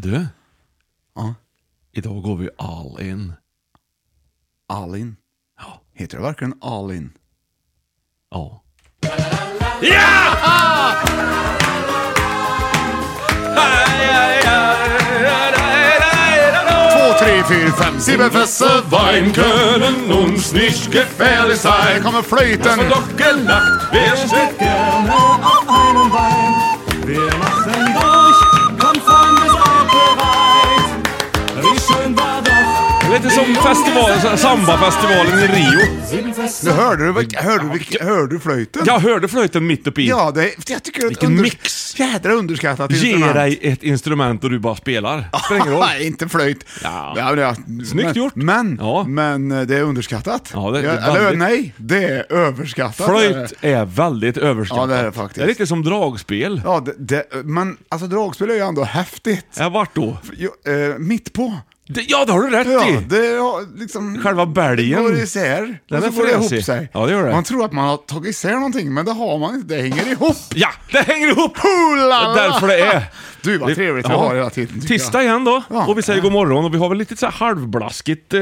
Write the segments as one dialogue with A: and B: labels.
A: Du,
B: Ja,
A: idag går vi all in.
B: Alin.
A: Ja.
B: Heter det verkligen Alin?
A: Ja.
B: Två, tre, fyra, fem, sieben, fesse,
C: Wein können uns nicht gefährlich
B: Här
C: sein.
B: kommer flöjten.
C: Haben wir doch gelacht, wer steht gerne auf einen Wein? Wir machen durch, komm Freunde, seid bereit. Wie schön war das.
A: Lite som festival, sambafestivalen i Rio.
B: Nu hörde du, vilk- hörde, du, vilk- hörde du flöjten?
A: Jag hörde flöjten mitt uppe i.
B: Ja, det jag tycker det är ett
A: Vilken
B: under,
A: mix.
B: jädra underskattat
A: Ge
B: instrument.
A: dig ett instrument och du bara spelar. Spelar ingen roll.
B: Nej, inte flöjt.
A: Ja.
B: men det-
A: Snyggt
B: men,
A: gjort.
B: Men,
A: Ja.
B: men eh, det är underskattat.
A: Ja, det- det är
B: eller
A: väldigt-
B: nej, det är överskattat. Eh,
A: Flöjt är väldigt överskattat.
B: Ja, det är det faktiskt.
A: Det är lite som dragspel.
B: Ja, det, det, men alltså dragspel är ju ändå häftigt.
A: Ja, vart då?
B: Jo, eh, mitt på.
A: Det, ja, det har du rätt
B: Ja,
A: i!
B: det har liksom...
A: Själva bälgen.
B: Det går isär.
A: Den
B: och
A: är
B: så går det
A: fräsig.
B: ihop sig.
A: Ja, det gör det.
B: Man tror att man har tagit isär någonting, men det har man inte. Det hänger ihop.
A: Ja, det hänger ihop!
B: Hulala!
A: Det är därför det är.
B: Du, vad trevligt vi har hela tiden, tycker jag.
A: Tisdag igen då,
B: Ja.
A: och vi säger god morgon och vi har väl lite så här halvblaskigt, eh,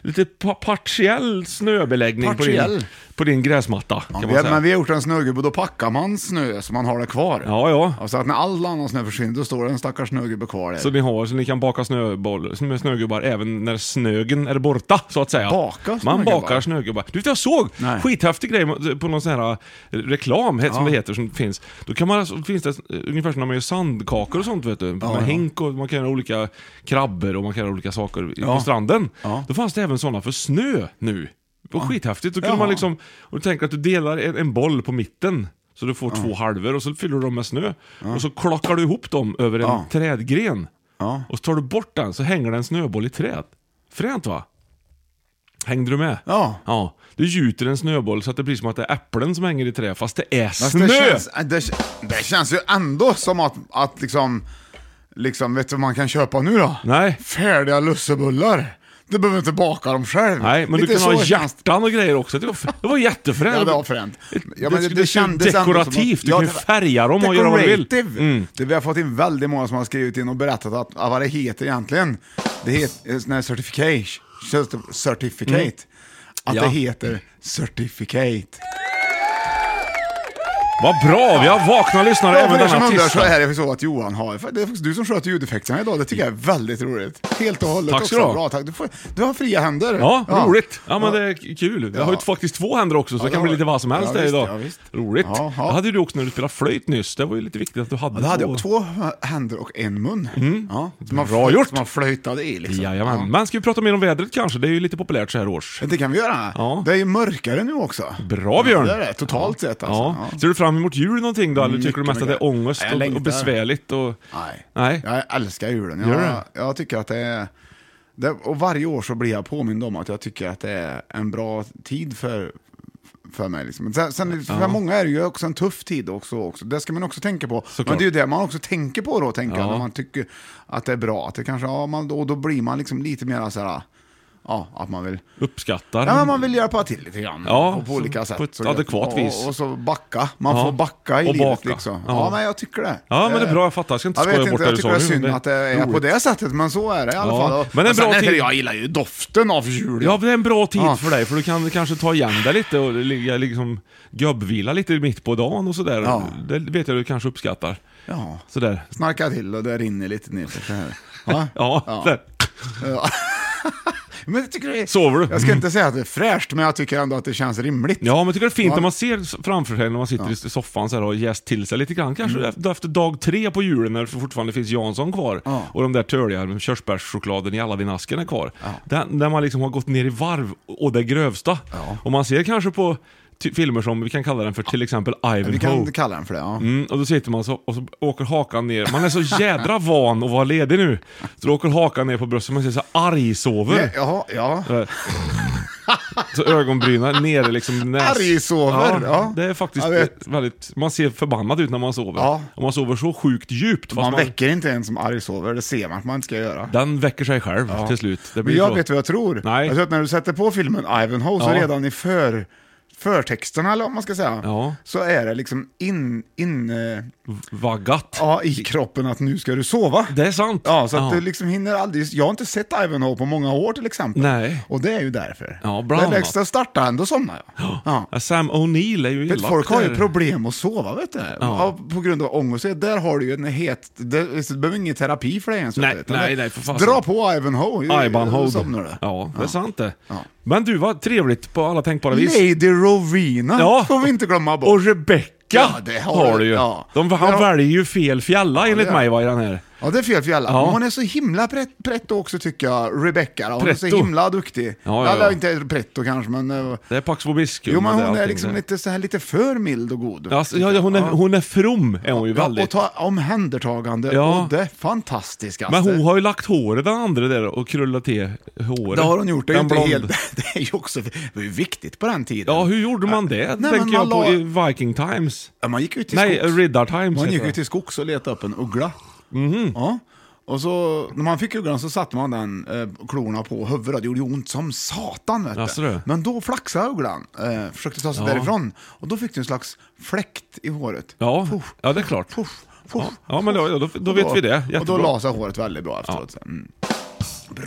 A: lite pa- partiell snöbeläggning på din,
B: Partiell?
A: på din gräsmatta. Kan
B: Ja,
A: man
B: vi,
A: säga.
B: men vi har gjort en snögubbe och då packar man snö så man har det kvar.
A: Ja, ja.
B: Och Så att när all annan snö försvinner, då står det en stackars snögubbe kvar där.
A: Så ni har, så ni kan baka snöboll, med snögubbar även när snögen är borta, så att säga.
B: Baka
A: Man
B: snögubbar?
A: bakar snögubbar. Du vet, jag såg
B: Nej.
A: skithäftig grej på någon sån här eh, reklam, he- som det heter, som finns. Då kan man, alltså- finns det eh, ungefär som när man gör sandkakor och sånt, vet du. med hink och man kan göra olika krabbor och man kan göra olika saker i- på stranden. Då fanns det även sådana för snö nu. Det var skithäftigt. Då kunde man liksom, och du tänker att du delar en, en boll på mitten. Så du får två halvor och så fyller du dem med snö. Och så klockar du ihop dem över en trädgren. Och så tar du bort den så hänger det en snöboll i träd. Fränt va? Hängde du med?
B: Ja.
A: ja. Du gjuter en snöboll så att det blir som att det är äpplen som hänger i trä fast det är
B: Fast
A: snö!
B: Det känns, äh, det, det känns ju ändå som att, att liksom, liksom, vet du vad man kan köpa nu då?
A: Nej.
B: Färdiga lussebullar. Du behöver inte baka dem själv.
A: Nej, men
B: Lite
A: du kan
B: så
A: ha
B: känns-
A: hjärtan och grejer också. Det var, det var jättefränt.
B: Ja, det var fränt. Ja, men
A: det, det, kändes
B: ändå som att-
A: dekorativt. Du
B: Ja,
A: kan ju
B: det var-
A: färga dem och göra vad du vill. Mm.
B: Decorative. Det, vi har fått in väldigt många som har skrivit in och berättat att, att vad det heter egentligen. Det heter eh, sån här certificate. certi- Certificate. Att
A: Mm. Ja.
B: det heter certificate.
A: Vad bra, vi har vakna lyssnare
B: Ja,
A: även
B: för er som
A: denna
B: undrar så
A: tisdag.
B: är det så att Johan har, för det är faktiskt du som sköter ljudeffekterna idag, det tycker jag är väldigt roligt. Helt och hållet
A: Tack ska
B: också.
A: du ha.
B: Bra, tack. Du, får, du har fria händer.
A: Ja, roligt. Ja, men det är k- kul. Jag har ju
B: Ja.
A: faktiskt två händer också, så det
B: det
A: kan bli
B: har
A: lite
B: du.
A: vad som helst
B: Ja,
A: där
B: visst,
A: idag.
B: ja, visst.
A: Roligt.
B: Ja, ja.
A: Det hade du också när du spelade flöjt nyss. Det var ju lite viktigt att du hade
B: Ja, då hade jag två händer och en mun. Ja, som man
A: Mm. Bra
B: flöj-
A: gjort.
B: Som man flöjtade i liksom.
A: Jajamän. Men ska vi prata mer om vädret kanske? Det är ju lite populärt så här års.
B: Men Det kan vi göra.
A: Ja.
B: Det är ju mörkare nu också.
A: Bra Björn!
B: Det är det, totalt sett alltså.
A: Ja.
B: Ja.
A: Ser du fram emot jul någonting då, eller tycker du
B: Mycket,
A: mest att det är
B: mycket.
A: ångest
B: Nej, jag
A: och,
B: längtar.
A: och besvärligt? Och...
B: Nej.
A: Nej.
B: Jag älskar julen.
A: Gör du
B: Jag,
A: det?
B: jag tycker att det är... Det, och varje år så blir jag påmind om att jag tycker att det är en bra tid för, för mig. Liksom. Sen, sen, för många är det ju också en tuff tid också. också. Det ska man också tänka på.
A: Såklart.
B: Men det är ju det man också tänker på då, tänker jag,
A: Ja.
B: när man tycker att det är bra. Att det kanske, ja, man, och då blir man liksom lite mer så här, ja, att man vill
A: Uppskattar.
B: Ja, men man vill hjälpa till lite grann.
A: Ja,
B: och på
A: så-
B: olika sätt.
A: på ett
B: Så det-
A: adekvat
B: och,
A: vis.
B: Och så backa. Man
A: Ja.
B: får backa i
A: Och
B: livet
A: baka.
B: liksom.
A: Ja.
B: Ja. men jag tycker det.
A: Ja, men det är bra. Jag fattar. Jag ska inte
B: Jag vet
A: skoja bort
B: inte,
A: det
B: jag
A: du
B: tycker
A: sa
B: det är
A: nu,
B: synd
A: men
B: att det är på
A: roligt.
B: det sättet, men så är det i alla
A: Ja.
B: fall. Och-
A: Men en
B: och
A: bra
B: sen är det-
A: tid-
B: Jag gillar ju doften av jul.
A: Ja, det är en bra tid
B: Ja.
A: för dig, för du kan kanske ta igen dig lite och ligga liksom gubbvila lite mitt på dagen och sådär.
B: Ja.
A: Det vet jag du kanske uppskattar.
B: Ja.
A: Sådär.
B: Snarka till och det rinner lite ner för det här. Ja.
A: Ja, Där.
B: Ja. men jag tycker det är...
A: Sover du?
B: Jag ska inte säga att det är fräscht, men jag tycker ändå att det känns rimligt.
A: Ja, men jag tycker det är fint
B: Ja.
A: när man ser framför sig när man sitter i soffan så här och jäst till sig lite grann.
B: Mm.
A: Kanske efter- efter dag tre på julen när det fortfarande finns Jansson kvar
B: Ja.
A: och de där törliga körsbärschokladen i alla din asken är kvar. Där, där man liksom har gått ner i varv och det grövsta. Och man ser kanske på ty- filmer som, vi kan kalla den för till exempel Ivanhoe.
B: Vi kan kalla den för det, ja.
A: Mm, och då sitter man så, och så åker hakan ner. Man är så jädra van att vara ledig nu. Så då åker hakan ner på bröstet och man ser så arg sover.
B: Jaha, ja.
A: Så ögonbrynen nere liksom näs...
B: Arg sover, ja.
A: Det är faktiskt
B: Jag vet.
A: väldigt... Man ser förbannad ut när man sover.
B: Ja.
A: Och man sover så sjukt djupt. fast
B: Man väcker inte en som arg sover, det ser man att man inte ska göra.
A: Den väcker sig själv till slut. Det
B: Men
A: blir
B: jag
A: så.
B: vet vad jag tror.
A: Nej.
B: Jag tror att när du sätter på filmen Ivanhoe så
A: Ja.
B: redan i för, förtexterna, eller vad man ska säga,
A: Ja.
B: så är det liksom in, in eh,
A: Vaggat.
B: ja, i kroppen att nu ska du sova.
A: Det är sant.
B: Ja, så att
A: Ja.
B: du liksom hinner aldrig... Jag har inte sett Ivanhoe på många år till exempel.
A: Nej.
B: Och det är ju därför.
A: Ja, bra
B: det är
A: annat.
B: lägst att starta, ändå somnar jag. Ja.
A: Ja, Sam O'Neill är ju
B: Vet,
A: elak
B: folk har ju
A: där.
B: problem att sova, vet du. Ja, på grund av ångest. Där har du ju en het... Det, så du behöver ingen terapi för det ens. vet
A: Nej,
B: du, utan
A: nej,
B: det-
A: nej, för fasen.
B: Dra på Ivanhoe.
A: Ivanhoe.
B: Somnar du.
A: Ja, det är sant det.
B: Ja.
A: Men du, var trevligt på alla tänkbara vis.
B: Lady Rovina
A: Ja.
B: får vi inte glömma bort.
A: Och Rebecca
B: Ja, det har
A: har
B: du.
A: du ju.
B: Ja.
A: De, han
B: Ja.
A: väljer ju fel fjälla enligt
B: det gör
A: mig va, i den här.
B: Ja, det är fel för alla.
A: Ja.
B: Men Hon är så himla pret- pretto också tycker jag, Rebecca. Hon är
A: Pretto.
B: så himla duktig.
A: Ja, ja, ja.
B: Eller inte pretto kanske, men... eh,
A: Det är Pax Vobiscum.
B: Jo, men
A: och det
B: hon är
A: allting
B: liksom
A: där.
B: lite, så här, lite för mild och god.
A: Ja, Alltså, ja, ja, hon, är, hon är from, är hon ju
B: Ja,
A: väldigt.
B: och ta omhändertagande
A: Ja.
B: och det fantastiska.
A: Men hon har ju lagt håret den andra där och krullat till håret.
B: Det har hon gjort. Det är, ju
A: Den
B: inte
A: blond.
B: helt, det är ju också det var ju viktigt på den tiden.
A: Ja, hur gjorde man det?
B: Nej,
A: tänker
B: men
A: jag
B: man
A: på
B: la-
A: i Viking Times.
B: Ja, man gick ut till
A: Nej,
B: skogs.
A: Riddar Times
B: Man
A: heter
B: gick
A: det.
B: ju till skogs och letade upp en uggla.
A: Mhm.
B: Ja. Och så, när man fick ugglan så satte man den eh, klorna på huvudet. Det gjorde ju ont som satan. Vet
A: Jaså,
B: du.
A: du?
B: Men då flaxade ugglan. Eh, försökte ta sig
A: Ja.
B: därifrån. Och då fick du en slags fläkt i håret.
A: Ja,
B: Puff,
A: ja, det är klart.
B: puff, puff,
A: Ja, ja, men då- då- då
B: Och
A: vet vi det.
B: Och då
A: Jättebra.
B: la sig håret väldigt bra efteråt. sen. Mm.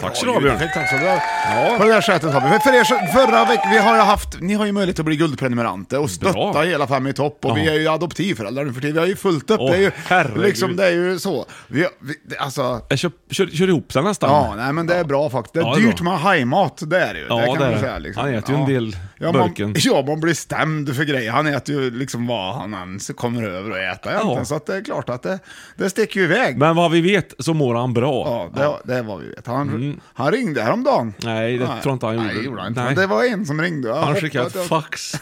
A: Tack så
B: Ja,
A: du ha, Björn.
B: ljudeffekt, Tack så du ha. På det där sättet har vi. För- För er, så- förra veckan, vi har ju haft, ni har ju möjlighet att bli guldprenumeranter och stötta
A: Bra.
B: hela Fem i topp och vi
A: Ja.
B: är ju adoptivföräldrar nu för tiden. Vi har ju fullt upp.
A: Åh,
B: det, är ju,
A: herregud.
B: liksom, det är ju så. Vi, vi, det- alltså,
A: Jag Eh, kör, kör, kör ihop sig nästan.
B: ja, nej men det är bra faktiskt. Det är
A: Ja, det är
B: dyrt
A: bra.
B: med hajmat, det är det ju.
A: Ja,
B: det kan
A: det är
B: man
A: det.
B: säga. Liksom.
A: Han äter ju en del
B: ja,
A: burken.
B: man, ja, man blir stämd för grejer. Han äter ju liksom vad han ens kommer över att äta egentligen. Så att det är klart att det, det sticker ju iväg.
A: Men vad vi vet så mår han bra.
B: Ja, det, det var vi vet. Han, han ringde häromdagen.
A: Mm. Nej, det tror jag inte han gjorde.
B: Nej, det gjorde han inte.
A: Nej.
B: Men det var en som ringde. Jag
A: Han
B: hoppas
A: skickade
B: att jag-
A: ett fax.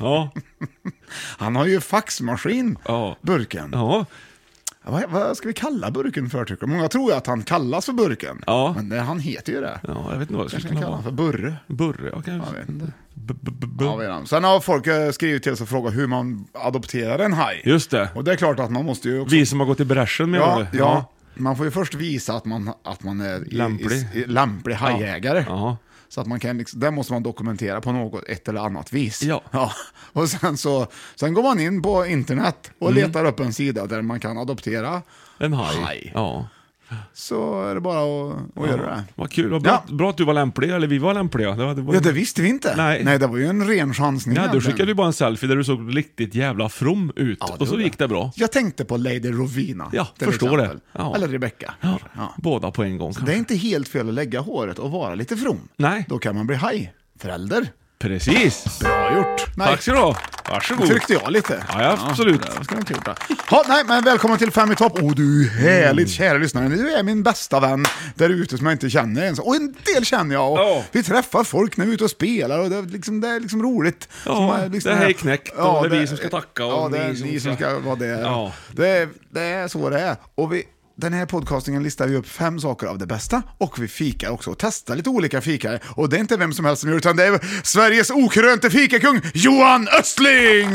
A: Ja,
B: Han har ju faxmaskin,
A: Ja.
B: burken.
A: ja.
B: Vad, vad ska vi kalla burken för tycker du? Många tror ju att han kallas för burken.
A: Ja.
B: Men det, han heter ju det.
A: ja jag vet inte vad det
B: Kanske
A: skulle
B: kan
A: kunna
B: kalla honom för
A: vara.
B: Burre.
A: Burre? Jag kan...
B: Jag vet inte.
A: B- b- b-
B: Ja, vet han. Sen har folk eh, skrivit till oss och frågat hur man adopterar en haj.
A: Just det.
B: Och det är klart att man måste ju också...
A: Vi som har gått i bräschen med
B: ja,
A: ja,
B: ja. Man får ju först visa att man, att man är i-
A: Lämplig.
B: i, i, lämplig hajägare.
A: Ja.
B: Så att man kan, liksom, det måste man dokumentera på något, ett eller annat vis.
A: Ja.
B: Och sen, så, sen går man in på internet och
A: Mm.
B: letar upp en sida där man kan adoptera.
A: En haj.
B: Haj.
A: Ja.
B: Så är det bara att, att göra det.
A: Vad kul. Vad bra,
B: Ja.
A: bra att du var lämplig, eller vi var lämpliga. Det var, det var...
B: Ja, det visste vi inte.
A: Nej.
B: det var ju en ren chansning.
A: Nej, du
B: egentligen.
A: skickade ju bara en selfie där du såg riktigt jävla from ut.
B: Ja, det
A: och så
B: gjorde
A: gick det bra.
B: Jag tänkte på Lady Rovina.
A: Ja,
B: till
A: förstår
B: exempel.
A: det. Ja.
B: Eller Rebecca.
A: Ja.
B: kanske. Ja.
A: Båda på en gång kanske.
B: Det är inte helt fel att lägga håret och vara lite from.
A: Nej.
B: Då kan man bli haj. Förälder.
A: Precis.
B: Bra gjort. Nej.
A: Tack ska du ha. Varsågod.
B: tryckte jag lite.
A: Oh. Ja, ja, absolut.
B: det ska man inte gjort. Ha, nej, men välkommen till Fem i topp. Åh, du är härligt,
A: Mm.
B: kära lyssnare. Du är min bästa vän där ute som jag inte känner ens. Och en del känner jag. Och
A: Ja.
B: Vi träffar folk när vi är ute och spelar och det är liksom, det är liksom roligt.
A: Ja,
B: Som liksom
A: det här är knäckt och det är vi som ska tacka och
B: ja, det är
A: ni som
B: ni som
A: ska-
B: ska vara det.
A: Ja.
B: Det, är, det är så det är. Och vi, den här podcastingen listar vi upp fem saker av det bästa och vi fikar också och testar lite olika fikare. Och det är inte vem som helst som gör det, utan det är Sveriges okrönte fikakung Johan Östling!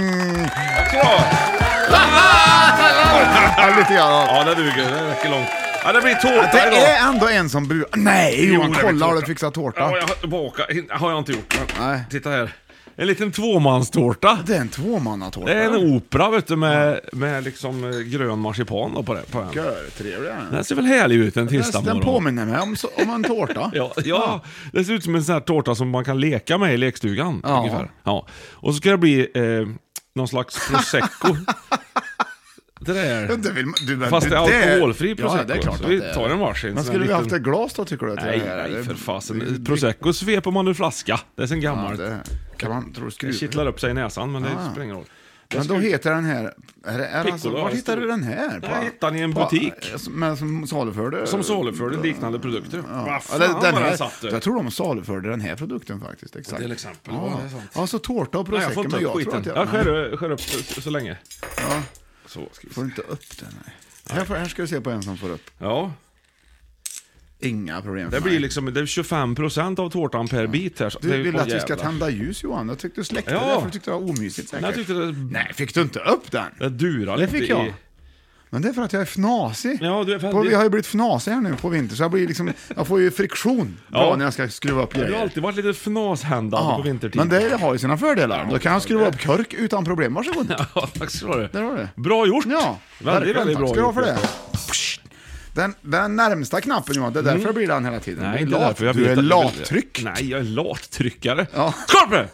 B: Ja, lite grann. av-
A: Ja, det duger. Det räcker långt. Ja, det blir
B: Det
A: tårta idag.
B: är ändå en som bu... Nej Johan,
A: det blir
B: kolla har
A: tårta.
B: du fixat tårta?
A: Ja, jag har, baka, hin- har jag inte gjort. Men,
B: Nej.
A: Titta här. En liten tvåmanstårta.
B: Det är en tvåmannatårta.
A: Det är en opera vet du, med, med liksom eh, grön marsipan då på, det, på den.
B: Görtrevlig den.
A: Den ser väl härlig ut en tisdag
B: Den
A: morgon.
B: påminner mig om, så- om en tårta.
A: Ja, ja, det ser ut som en sån här tårta som man kan leka med i lekstugan.
B: Ja.
A: Ungefär. Ja. Och så ska det bli eh, någon slags prosecco. det där.
B: Du vill, du, men
A: Fast
B: du-
A: det är alkoholfri
B: Ja,
A: prosecco.
B: det är klart
A: så
B: att
A: vi
B: det är.
A: tar en varsin.
B: Men
A: sån
B: skulle
A: här
B: vi haft ett
A: liten-
B: glas då tycker du? Att
A: Nej,
B: det är-
A: nej för
B: Det-
A: fasen.
B: det-
A: Prosecco sveper man ur flaska. Det är sen
B: Ja,
A: gammalt.
B: det kan man tro
A: Det
B: skruva.
A: kittlar upp sig i näsan men det spelar ingen roll.
B: Men då heter den här... Är det, är det alltså,
A: Piccolo,
B: var
A: ja,
B: hittar du
A: stor.
B: den här?
A: Jag hittade den i en butik.
B: Men som saluförde?
A: Som saluförde liknande produkter. Vad
B: Ja,
A: fan
B: det-
A: vad den
B: den här,
A: satt du.
B: jag tror de saluförde den här produkten faktiskt. Exakt.
A: Till exempel, ja,
B: Ja,
A: det är sant.
B: ja, så tårta och
A: Nej, jag får inte
B: prosecco. men
A: upp
B: jag tror
A: skiten.
B: att
A: Jag,
B: jag... nej,
A: skär, skär upp så, så länge. Så ska vi
B: Får
A: se.
B: inte upp den. Nej. Här, får, här ska vi se på en som får upp.
A: Ja.
B: Inga problem för
A: Det
B: mig.
A: blir liksom det är 25% av tårtan per bit här. så- det är-
B: Du vill
A: åh,
B: att vi ska
A: jävlar.
B: tända ljus Johan. Jag tyckte du släckte
A: Ja.
B: det för du tyckte det var omysigt säkert.
A: Nej, jag tyckte det,
B: Nej, fick du inte upp den?
A: det durar
B: Det
A: lite
B: fick jag.
A: i...
B: Men det är för att jag är fnasig.
A: Ja, du är
B: På,
A: väldigt...
B: vi har ju blivit fnasiga här nu på vinter, så jag, blir liksom, jag får ju friktion
A: Ja.
B: ja. när jag ska skruva upp
A: Du har
B: grejer.
A: alltid varit lite fnashändad
B: Ja,
A: på vintertid.
B: Men det har ju sina fördelar. Då kan jag skruva upp kork utan problem. Varsågod.
A: Ja, tack ska du
B: Där har du.
A: Bra gjort!
B: Ja,
A: väldigt,
B: verkligen.
A: väldigt bra
B: Tack ska du ha för
A: gjort.
B: det. Den, den närmsta knappen Johan, det är därför jag blir den hela tiden.
A: Mm. Nej,
B: Det
A: inte
B: är lat.
A: därför. Jag
B: Du
A: vet
B: är
A: att-
B: lattryck.
A: Nej, jag är lattryckare.
B: Ja.
A: Korpe!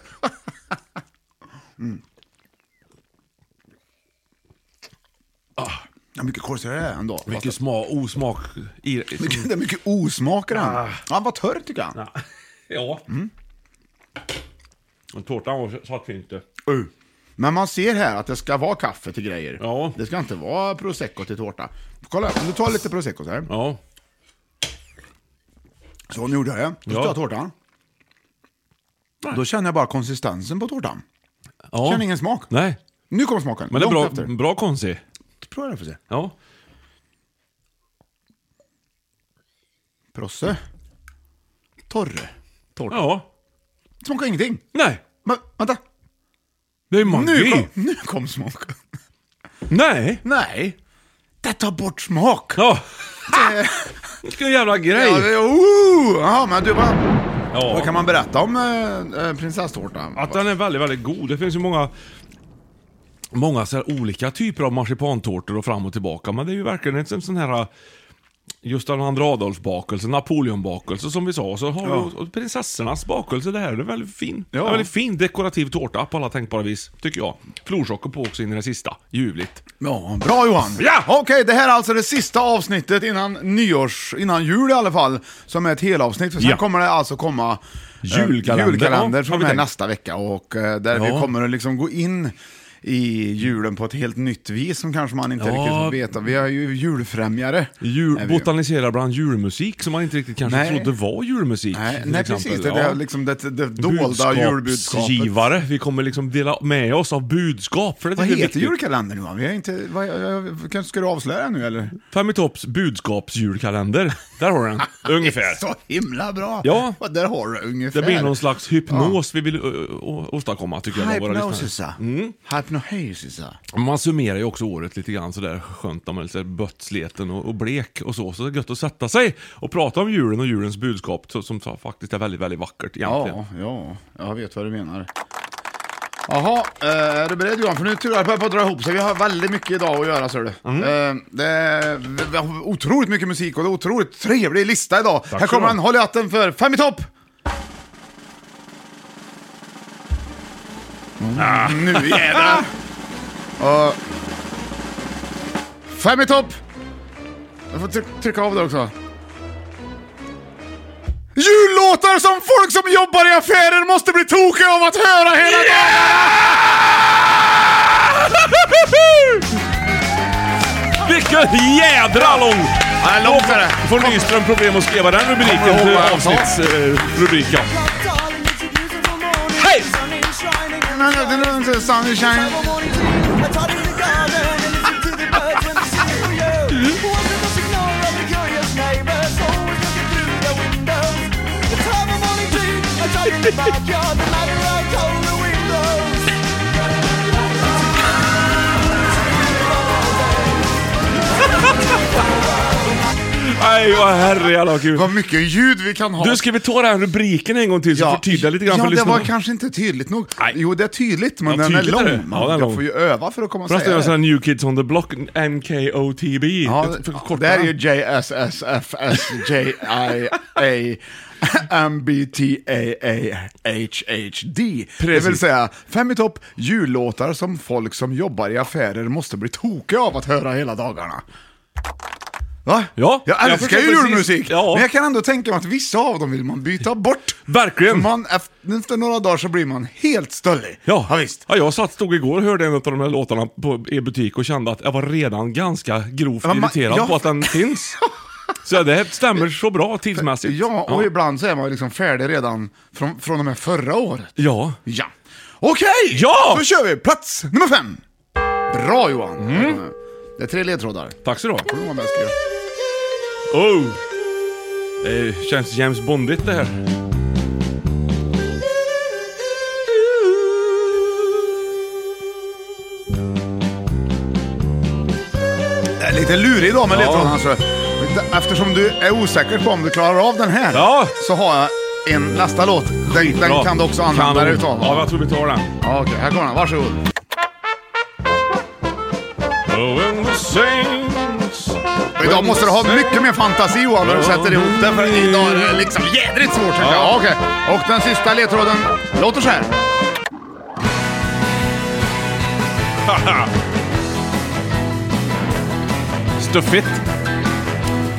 B: Ja, mycket kolsyra det är ändå.
A: Mycket smak, osmak i...
B: Mycket, det är mycket osmak i den.
A: Ah.
B: Ja, han var törr tycker jag.
A: Ja. ja. Men Mm. tårtan var- satt fint det.
B: Uh. Men man ser här att det ska vara kaffe till grejer.
A: Ja.
B: Det ska inte vara prosecco till tårta. Kolla, om du tar lite prosecco så här.
A: Ja.
B: Så nu gjorde jag det. Då
A: Ja.
B: ska jag tårtan. Då känner jag bara konsistensen på tårtan.
A: ja.
B: Känner ingen smak.
A: Nej,
B: Nu kommer smaken.
A: men det är
B: Långt
A: bra, Mm.
B: efter.
A: bra konsi.
B: Prova det för se.
A: Ja.
B: Prosse. Torre. Tårta.
A: Ja.
B: Smakar ingenting.
A: Nej.
B: Men vänta.
A: Det är
B: Nu
A: magi.
B: kom, nu kom smaken.
A: Nej.
B: Nej. Det tar bort smak.
A: Ja. Vilken jävla grej.
B: Ja, det, oh, ja, men du, vad,
A: Ja.
B: vad kan man berätta om eh, eh, prinsesstårtan?
A: Att den är väldigt, väldigt god. Det finns ju många Många så här olika typer av marsipantårtor och fram och tillbaka. Men det är ju verkligen en sån- sån här Gustav II Adolf-bakelse, Napoleon-bakelse som vi sa. Och så har vi och prinsessornas bakelse. Det här det är väldigt fin.
B: Ja.
A: En väldigt fin dekorativ tårta på alla tänkbara vis, tycker jag. Florsocker på också in i det sista. Ljuvligt.
B: Ja, bra Johan!
A: Ja!
B: Okej, det här är alltså det sista avsnittet innan nyårs, innan jul i alla fall, som är ett helavsnitt. För sen
A: Ja.
B: kommer det alltså komma eh,
A: Julkalender,
B: julkalender
A: ja, har
B: som
A: vi
B: är
A: tänkt.
B: nästa vecka och eh, där vi
A: Ja.
B: kommer att liksom gå in i julen på ett helt nytt vis som kanske man inte
A: Ja.
B: riktigt får veta. Vi är ju julfrämjare.
A: Jul,
B: Är vi ju.
A: botaniserar bland julmusik som man inte riktigt kanske
B: Nej.
A: trodde var julmusik.
B: Nej,
A: till
B: nej
A: exempel.
B: precis, det,
A: Ja.
B: det, är liksom det, det dolda julbudskapet.
A: Budskapsgivare. Vi kommer liksom dela med oss av budskap. För det
B: Vad
A: tycker jag är
B: heter
A: viktigt.
B: julkalendern Johan? Vi har inte, vad, jag, jag, kan- ska du avslöja nu eller?
A: Femmitopps budskapsjulkalender. Där har du den. Ungefär.
B: Så himla bra!
A: Ja.
B: Och där har du ungefär.
A: Det blir någon slags hypnos vi vill ö, ö, å- åstadkomma tycker jag. med våra lyssnare.
B: Hypnosisa. Mm. Hypnohysisa.
A: Man summerar ju också året lite grann sådär skönt om man är lite bötsleten och, och blek och så. Så det är gött att sätta sig och prata om julen och julens budskap så, som så, faktiskt är väldigt, väldigt vackert egentligen.
B: Ja, ja, jag vet vad du menar. Jaha, eh, är du beredd Johan? För nu tyvärr börjar på att dra ihop sig. Vi har väldigt mycket idag att göra, ser du. Eh, Det är vi- vi har otroligt mycket musik och det är otroligt trevlig lista idag. Här
A: ska du
B: kommer
A: ha.
B: han, håll i hatten för Fem i topp! Mm, nu jävlar! Och- Fem i topp! Jag får tryck- trycka av det också. Jullåtar som folk som jobbar i affärer måste bli tokiga av att höra hela
A: Vilken jädra lång!
B: dagen! Långt är det.
A: Då får Nyström problem att skriva den rubriken
B: Kommer
A: till
B: ihåg vad jag sa.
A: avsnittsrubriken.
D: Hej!
B: Men det är inte Sunshine.
A: Nej, vad herre jävlar vad kul.
B: Vad mycket ljud vi kan ha.
A: Du, ska vi ta den här rubriken en gång till så förtydliga lite grann
B: ja,
A: för
B: det var
A: lyssnarna?
B: kanske inte tydligt nog.
A: Nej.
B: Jo, det är tydligt, men
A: Ja,
B: den,
A: tydligt
B: är
A: är
B: lång,
A: det.
B: man.
A: Ja, den är lång.
B: Jag får ju öva för att komma och
A: Förresten
B: säga
A: gör
B: det.
A: sån här New Kids on the Block, NKOTB.
B: Ja,
A: Ett- för- kort-
B: det här är ju JSSFSJIAMBTAAHHD. Det vill
A: Precis.
B: säga, fem i topp, jullåtar som folk som jobbar i affärer måste bli tokiga av att höra hela dagarna. Va?
A: Ja,
B: jag
A: jag
B: älskar
A: förstår
B: ju
A: precis.
B: julmusik,
A: Ja.
B: men jag kan ändå tänka mig att vissa av dem vill man byta bort.
A: Verkligen.
B: För Man, efter, efter några dagar så blir man helt stöllig.
A: Ja.
B: ja visst.
A: Ja, jag satt, stod igår och hörde en av de här låtarna på i butik och kände att jag var redan ganska grovt
B: Ja, men man-
A: irriterad
B: ja.
A: på att den finns. Så det här stämmer så bra tidsmässigt.
B: Ja, och
A: ja.
B: ibland så är man ju liksom färdig redan från, från och med förra året.
A: ja.
B: Ja. Okej!
A: Ja!
B: Då kör vi! Plats nummer fem. Bra Johan!
A: Mm.
B: Det är tre ledtrådar.
A: Tack så du ha.
B: Kommer du ihåg vad jag skrev?
A: Oh. Det känns James Bondigt det här.
B: Det är lite lurig idag med
A: Ja.
B: ledtrådarna. Så. Eftersom du är osäker på om du klarar av den här
A: Ja.
B: så har jag en nästa låt. Den, den
A: Bra.
B: kan du också använda
A: Kanon.
B: dig utav.
A: Ja, jag tror vi tar den.
B: Ja, Okej, här kommer den. Varsågod.
A: Oh, and the saints.
B: Och idag måste du ha mycket mer fantasi Johan när du
A: Ja.
B: sätter ihop det för idag är det liksom jädrigt svårt. tycker jag. Ja. okej. Och den sista ledtråden låter så här.
A: Haha. Stuffigt.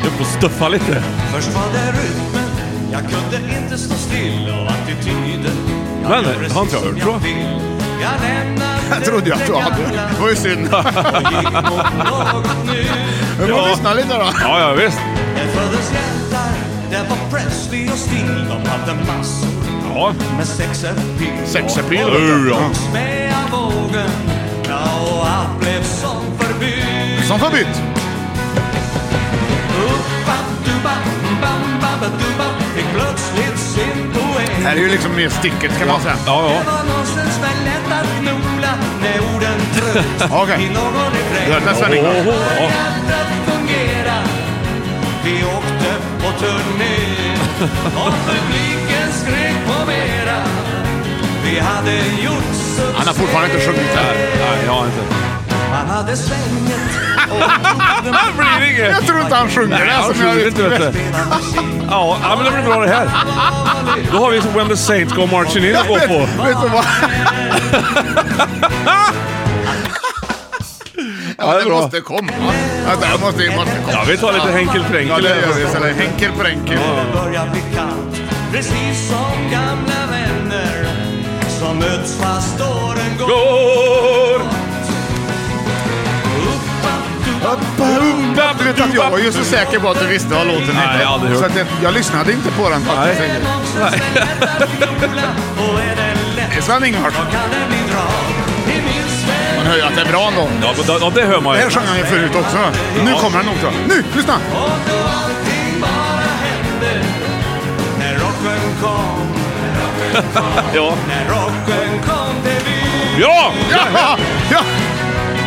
A: Du får stuffa lite.
C: Först var det rytmen, jag kunde inte stå still och attityden. Jag
A: Men,
C: gör
A: det
C: precis
A: har inte jag
C: som
A: hört, tror jag.
C: vill. Jag lämnar
B: Jag trodde jag att du hade. Det var ju synd.
C: något nytt.
B: Vi får lyssna lite då.
A: Ja, ja visst.
C: Jag föddes hjältar, det var Presley och Sting. De hade massor
A: Ja.
C: med sexapil.
B: Sexappeal,
C: Och
B: vet du.
C: drogs med av vågen. Ja, och allt blev som förbud.
B: Som förbytt.
C: Upp-ba-du-ba-bam-ba-ba-du-ba fick plötsligt sin poäng.
B: Det här är ju liksom mer sticket kan man säga.
A: Ja, ja.
C: Det var nonsens men lätt att gnola när orden tröt
B: Okej.
C: i någon
B: Det är
C: refräng.
B: nästan
A: Åh,
B: Ingvar.
A: ja.
C: Hjärtat fungera. Vi åkte på turné och publiken skrek på mera. Vi hade gjort succé.
B: Han har fortfarande inte sjungit det här.
A: Nej, jag har inte.
C: Han hade svänget och
A: Det blir inget.
B: Ah, Jag tror inte han sjunger det.
A: Ja,
B: Som jag
A: det inte, vet du.
C: spelade musik.
A: Ja, ja, men det blir bra det här. Då har vi så When the Saints Go Marching In att gå
B: vet,
A: på.
B: vet du vad?
A: det
B: ja,
A: är
B: det
A: bra.
B: måste komma. Ja, det här måste, måste komma.
A: Ja, vi tar lite Henkel
B: Ja,
A: Fränkel.
B: det gör vi. Så det är Henkel på Henkel.
C: Det börjar bli kallt Precis som gamla vänner Som möts fast åren går
A: Går!
B: Du vet att jag var ju så säker på att du visste vad låten hette.
A: Nej, jag har aldrig hört.
B: Så att jag, jag lyssnade inte på den faktiskt.
A: Nej.
B: Sven-Ingvars. Man hör ju att det är bra ändå.
A: Ja, men då- ja, det hör man
B: Det
A: ju.
B: här sjöng han ju förut också. Nu kommer den nog tror jag. Nu, lyssna!
A: Ja. Ja!
B: Ja! ja.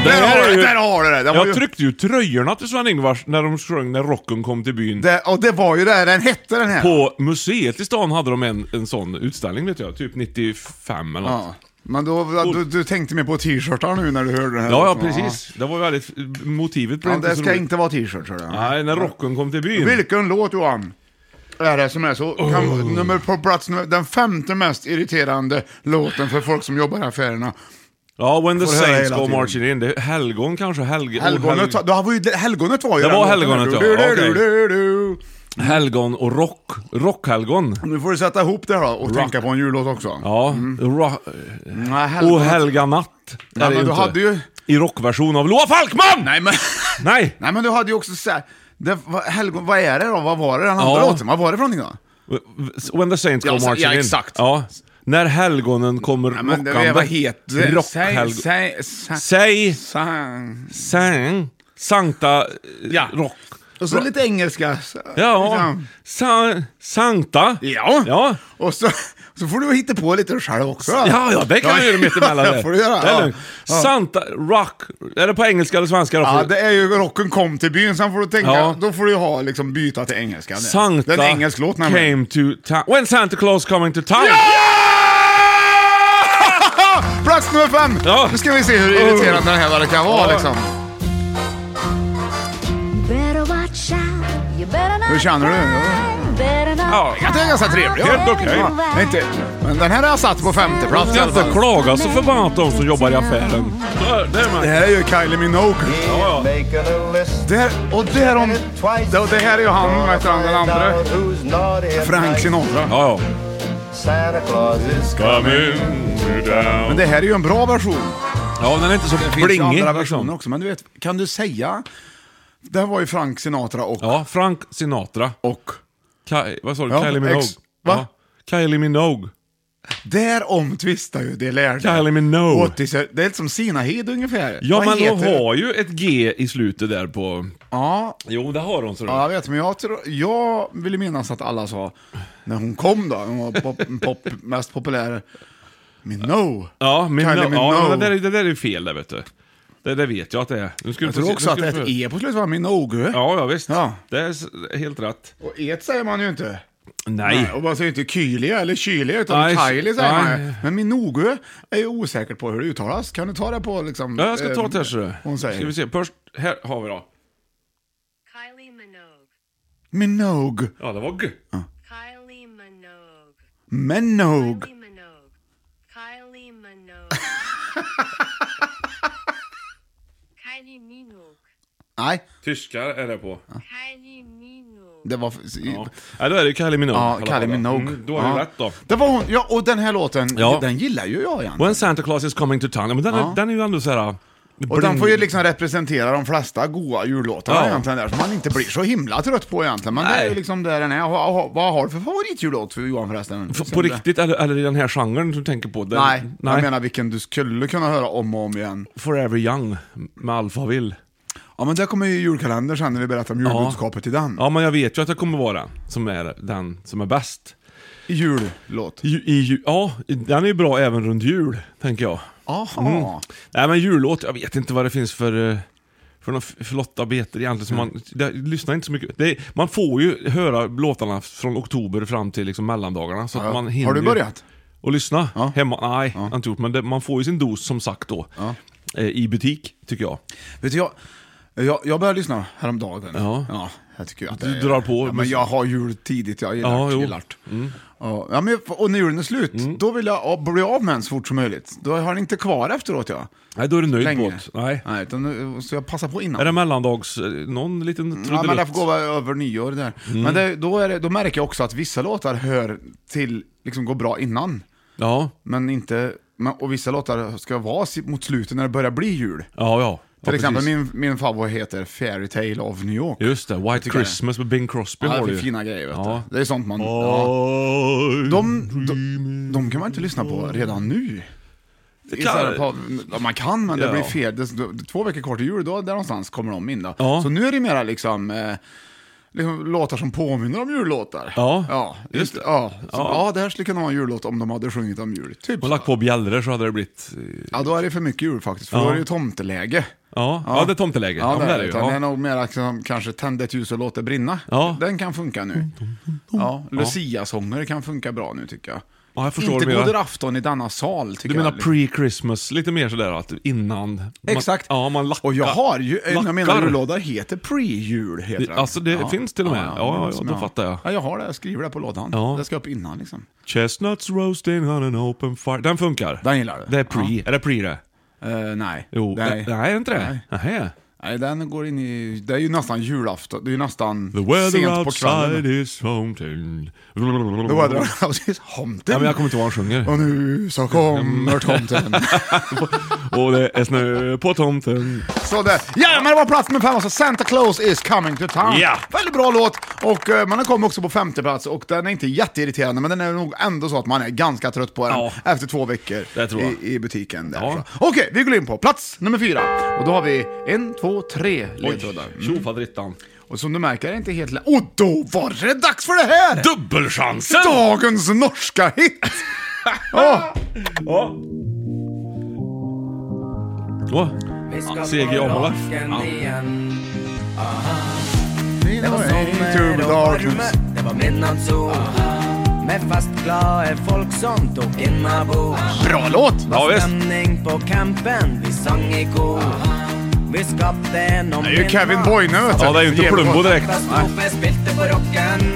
A: Det
B: Där
A: här
B: har
A: är
B: du
A: ju-
B: det! Där har du det! Det var ju-
A: Jag tryckte ju tröjorna till Sven-Ingvars när de sjöng när rocken kom till byn.
B: Det, och det var ju det här den hette den här.
A: På museet i stan hade de en, en sån utställning vet jag, typ 95 eller något.
B: Ja. Men då, du, du tänkte mer på t-shirtar nu när du hörde den här.
A: Ja, ja
B: låten,
A: precis. Det var ju väldigt... Motivet
B: Ja,
A: blev
B: det
A: inte så
B: ska
A: roligt.
B: inte vara t-shirt tror jag.
A: Nej, när rocken kom till byn.
B: Vilken låt Johan? Är det som är så, kan,
A: Oh.
B: nummer på plats nummer, den femte mest irriterande låten för folk som jobbar i affärerna.
A: Ja, When the
B: Får höra
A: Saints
B: hela
A: Go
B: tiden.
A: Marching In. Det är helgon kanske? Helge,
B: Helgonet,
A: och
B: då var ju, helgonet var ju
A: Det
B: den
A: var
B: låten.
A: Helgonet, ja.
B: Du, du,
A: Okej.
B: du, du, du.
A: hel, helgon och rock. Rockhelgon.
B: Nu får du sätta ihop det här då och tänka på en jullåt också.
A: Ja. Ro,
B: Nej,
A: och
B: helgonet-
A: Helga Natt. är
B: Nej,
A: det
B: men du
A: inte.
B: hade ju...
A: I rockversion av Loa Falkman!
B: Nej men...
A: Nej!
B: Nej men du hade ju också såhär, det, vad, helgon, vad är det då? Vad var det den andra
A: Ja.
B: låten? Vad var det för någonting då?
A: When the Saints Go
B: Ja, så-
A: Marching
B: ja,
A: In.
B: exakt.
A: Ja. När helgonen kommer
B: Nej, men det-
A: rockande.
B: vad heter det?
A: Rockhelgon.
B: Säg, säg,
A: Säg,
B: säg. Sang.
A: säng, sankta eh,
B: Ja.
A: rock.
B: Och så lite engelska.
A: Ja, Sa, sankta.
B: Ja.
A: Ja.
B: Och så, Så får du hitta på lite själv också. då.
A: Ja, ja, det kan du göra mitt emellan
B: Ja,
A: där.
B: får du göra.
A: Det är
B: Ja.
A: lugnt.
B: Ja.
A: Santa Rock, är det på engelska eller svenska då?
B: Ja,
A: För-
B: det är ju rocken kom till byn, sen får du tänka,
A: Ja.
B: då får du ju ha liksom byta till engelska. Det-
A: Santa
B: det är en engelsk låt nämligen.
A: came to town. When Santa Claus coming to town.
B: Ja! Plats nummer fem!
A: Ja.
B: Nu ska vi se hur irriterande den här verkar vara
A: Ja.
B: liksom.
D: Better watch out, you better not
B: Hur känner du?
D: cry, better not
A: Ja,
B: Jag tycker den är ganska trevlig.
A: Helt okej.
B: Ja, inte, men den här har jag satt på femte plats
A: Du
B: i
A: ska
B: alla
A: inte
B: fall.
A: klaga så förbannat de som jobbar i affären. Ja, Det är
B: Det
A: man.
B: här är ju Kylie Minogue.
A: Ja, ja.
E: Making a list
B: Där, och därom... Det, det här är ju han, vad heter han, den andra?
E: who's naughty and
B: Frank
E: nice.
B: Sinatra.
A: ja.
E: uh, Santa Claus is
A: Coming to
B: Men
A: town.
B: det här är ju en bra version.
A: Ja, den är inte så
B: Det finns ju
A: blingig.
B: andra
A: liksom.
B: versioner också, men du vet, kan du säga... Det här var ju Frank Sinatra och...
A: Ja, Frank Sinatra.
B: och
A: Ki- vad sa du?
B: Ja,
A: Kylie Minogue?
B: ex- va?
A: Ja. Kylie Minogue.
B: därom tvistar ju de lärde.
A: Kylie Minogue.
B: Åtisar, det är lite som Sinahid ungefär.
A: Ja,
B: Vad
A: men hon
B: heter det?
A: har ju ett G i slutet där på...
B: Ja,
A: Jo, det har hon. Så
B: ja, jag vet, men jag, tror, jag vill minnas att alla sa, när hon kom då, hon var pop, pop, mest populär, Minogue.
A: Ja, min
B: Kylie
A: no-
B: Minogue.
A: ja men det, där, är- det där är ju fel där vet du. Det där vet jag att det är. Nu ska du
B: Jag
A: få
B: tror
A: se-
B: också att
A: nu
B: det
A: ska
B: är ett
A: du få-
B: E på slutet, var Minogue.
A: Ja, ja visst.
B: Ja.
A: Det är s- helt rätt.
B: Och et säger man ju inte.
A: Nej.
B: Och man säger inte Kylie eller Kylie, utan
A: Nej,
B: Kylie säger man ju.
A: nej.
B: Men Minogue är ju osäker på hur det uttalas. Kan du ta det på liksom...
A: Ja, jag ska ta
B: eh,
A: det här så du.
B: Hon
A: Ska vi
B: säger
A: se. Först, här har vi då.
F: Kylie Minogue.
B: Minogue,
A: Ja, det var G.
F: Kylie Minogue.
B: Minogue.
F: Kylie Minogue. Kylie Minogue. Kylie Minogue.
B: Nej,
A: Tyskar är det på.
F: Kylie Minogue.
B: det var...
A: Ja, ja då är det Kylie Minogue.
B: Ja,
A: Hallå,
B: Kylie
A: hallå.
B: Minogue.
A: Mm, då är det
B: ja.
A: rätt då.
B: Det var hon, ja, och den här låten,
A: Ja.
B: den gillar ju jag egentligen.
A: When Santa Claus is coming to town. Ja, men den, är, den är ju ändå så här... uh,
B: Och den
A: bling.
B: får ju liksom representera de flesta goa jullåtarna
A: Ja.
B: egentligen där, som man inte blir så himla trött på egentligen. Men det är
A: Nej.
B: ju liksom där den är. Och- och- och- Vad har du för favoritjullåt för Johan förresten?
A: F- På
B: Som det-
A: riktigt, eller, eller i den här genren som du tänker på? Den,
B: Nej,
A: nej.
B: jag menar vilken du skulle kunna höra om och om igen.
A: Forever Young med Alphaville.
B: Ja men där kommer ju julkalender sen när vi berättar om julbudskapet i den.
A: Ja, men jag vet ju att det kommer vara den som är, den som är bäst.
B: Jullåt.
A: Ju- I, ju, ja, den är ju bra även runt jul, tänker jag.
B: Aha.
A: Nej men jullåt, jag vet inte vad det finns för, eh, för några f- flotta beter egentligen. Som
B: Mm.
A: man, det, lyssnar inte så mycket. Det, är- man får ju höra låtarna från oktober fram till liksom mellandagarna. Så
B: Ja.
A: att man hinner
B: Har du
A: ju
B: börjat?
A: Att lyssna?
B: Ja.
A: Hemma? Nej, jag har inte gjort. Men det, man får ju sin dos som sagt då.
B: Ja.
A: Eh, I butik, tycker jag.
B: Vet du, jag, jag, jag började lyssna häromdagen.
A: Ja.
B: jag tycker ju att
A: Du
B: det,
A: drar på.
B: Ja, men jag har jul tidigt, jag gillar
A: Ja,
B: ja,
A: jo. Mm.
B: gillart. Ja, ja, men, och när julen är slut, då vill jag av- bli av med den så fort som möjligt. Då har den inte kvar efteråt jag.
A: Nej, då är du nöjd på
B: Länge.
A: ett. Nej.
B: Nej, utan, nu- så jag passar på innan.
A: Är det mellandags... eh, Någon liten
B: Ja,
A: trudelutt?
B: men det får gå över nyår där.
A: Mm.
B: Men det, då, är det, då märker jag också att vissa låtar hör till, liksom går bra innan.
A: ja,
B: Men inte, men, och vissa låtar ska vara si- mot slutet när det börjar bli jul.
A: ja. ja.
B: Till
A: ja,
B: exempel
A: precis.
B: min, min favorit heter Fairy Tale of New York.
A: Just det, White
B: tycker jag
A: Christmas med Bing Crosby
B: Ja,
A: har
B: det
A: du
B: är
A: ju.
B: fina grejer vet
A: Ja.
B: du. Det är sånt man... Ja. De, de, de kan man inte lyssna på redan nu. I
A: kan-
B: så här på- ja, man kan, men det
A: Ja.
B: blir fel. Det, det, två veckor kvar till jul, då, där någonstans kommer de in. Då.
A: Ja.
B: Så nu är det mera liksom, eh, liksom låtar som påminner om jullåtar.
A: Ja,
B: ja
A: just
B: just
A: det.
B: Ja, så, ja.
A: Ja.
B: det här skulle kunna vara en jullåt om de hade sjungit om jul. Typ.
A: Och
B: så.
A: lagt på bjällror så hade det blivit... eh,
B: Ja, då är det för mycket jul faktiskt, för
A: Ja.
B: då är det ju tomteläge.
A: Ja, ja. det är tomteläge.
B: Ja,
A: men
B: det, är, det,
A: ju.
B: utan det är nog mer liksom, kanske tända ett ljus och låt det brinna.
A: Ja.
B: Den kan funka nu. Ja, Lucia-sånger kan funka bra nu tycker jag.
A: Ja, jag förstår
B: Inte
A: vad du
B: god
A: menar.
B: afton i denna sal tycker
A: Du menar
B: jag. liksom.
A: pre-Christmas, lite mer sådär att innan... man-
B: Exakt.
A: ja, man lackar.
B: Och jag har ju, en av mina
A: Lackar.
B: jullådor heter pre-jul. Heter
A: Det-
B: den.
A: alltså, det finns till och med. Ja, ja,
B: men som
A: då fattar jag.
B: Ja, jag har det, jag skriver det på lådan.
A: Ja.
B: Det ska upp innan liksom.
A: Chestnuts roasting on an open fire. Den funkar.
B: Den gillar du?
A: Det är pre.
B: Ja.
A: Är det pre det?
B: Eh, nej.
A: Jo.
B: nej.
A: Nej, nej inte det?
B: Nej.
A: Nej.
B: Nej, den går in i, det är ju nästan julafton, det är ju nästan
A: The weather
B: sent på
A: outside
B: kvällen.
A: is something... The
B: The weather outside is
A: Ja,
B: haunted.
A: men jag kommer inte ihåg vad han sjunger.
B: Och nu så kommer tomten.
A: Och det är snö på tomten.
B: Sådär. Ja, men det var plats nummer fem alltså. Santa Claus is coming to town.
A: Ja.
B: Väldigt bra låt. Och eh, man kom också på femte plats och den är inte jätteirriterande men den är nog ändå så att man är ganska trött på den
A: Ja.
B: efter två veckor
A: Det tror jag.
B: I, i butiken. Där,
A: Ja.
B: så. Okej, vi går in på plats nummer fyra. Och då har vi en, två, två, tre ledtrådar.
A: Tjofaderittan.
B: Och som du märker är det inte helt lätt. Och då var det dags för det här!
A: Dubbelchansen!
B: Dagens norska hit! Ja,
A: Ja. Åh. CG Omala. Ja.
B: det var Into darkness.
C: Det var midnattssol med fastglade folk som tog inombords.
B: Bra låt!
A: Ja, visst.
C: Stämning på campen, vi sang i kor. Vi skapade en
B: Det är ju Kevin Boyne vet du.
A: Ja, det är ju inte
B: Jävla
A: Plumbo
B: låt.
A: direkt.
C: Katastrofe spilte på rocken.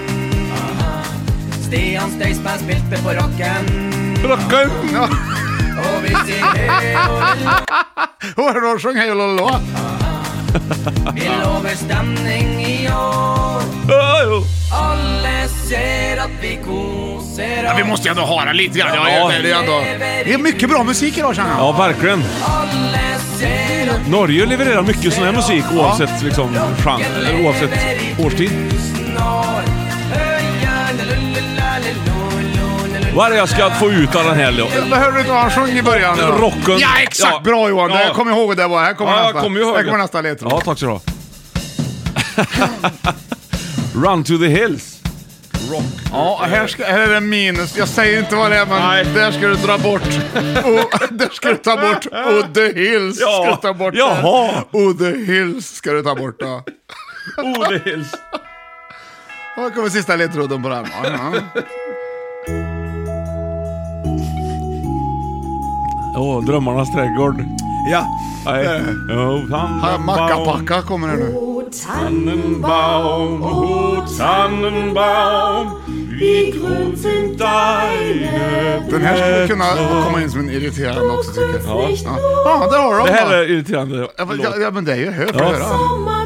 C: Stian Støysberg spilte på rocken.
A: Rockar!
C: Og vi sier hei og
B: Hör du, sjöng Hej och Lollo.
C: vi lover stemning i år. Alle ser at vi koser
B: Ja, vi måste ju ändå ha den lite grann. Ja, det, är ändå... det är mycket bra musik idag känner jag.
A: Ja, verkligen.
C: Alle ser at
A: Norge levererar mycket sån här musik oavsett liksom, genre, eller oavsett årstid.
C: tusen år Høyerne lullelalelololol.
A: Vad är det jag ska få ut av den här låten?
B: Behöver du inte vad han sjöng i början? då?
A: Rocken.
B: Ja, exakt.
A: Ja.
B: Bra Johan.
A: Ja.
B: Jag kommer ihåg det där bara. Här kommer
A: Ja,
B: nästa.
A: jag kommer ju ihåg
B: Här
A: det.
B: kommer nästa ledtråd.
A: Ja, tack så du ha. Run to the hills. Rock.
B: Ja, här, ska, här är det minus. Jag säger inte vad det är, men där ska du dra bort. Och, där ska du ta bort. Och the hills ska du
A: Ja,
B: ta bort.
A: jaha.
B: Där. Och the hills ska du ta bort. Ja.
A: Oh, the hills.
B: Här kommer sista ledtråden på den. Ja, ja.
A: Åh, drömmarnas trädgård.
B: ja.
A: Nej.
B: Eh.
A: Oh,
B: Ha, Mackapacka kommer det nu.
A: Tannenbaum, oh Tannenbaum, wie groß sind deine
B: Den här
A: Eh,
B: skulle kunna komma in som en irriterande också tycker jag. Ja, ja där har du
A: Det
B: dem
A: här
B: då.
A: är irriterande.
B: Ja, men- Ja, ja, men det är ju högt
A: Ja.
B: att höra.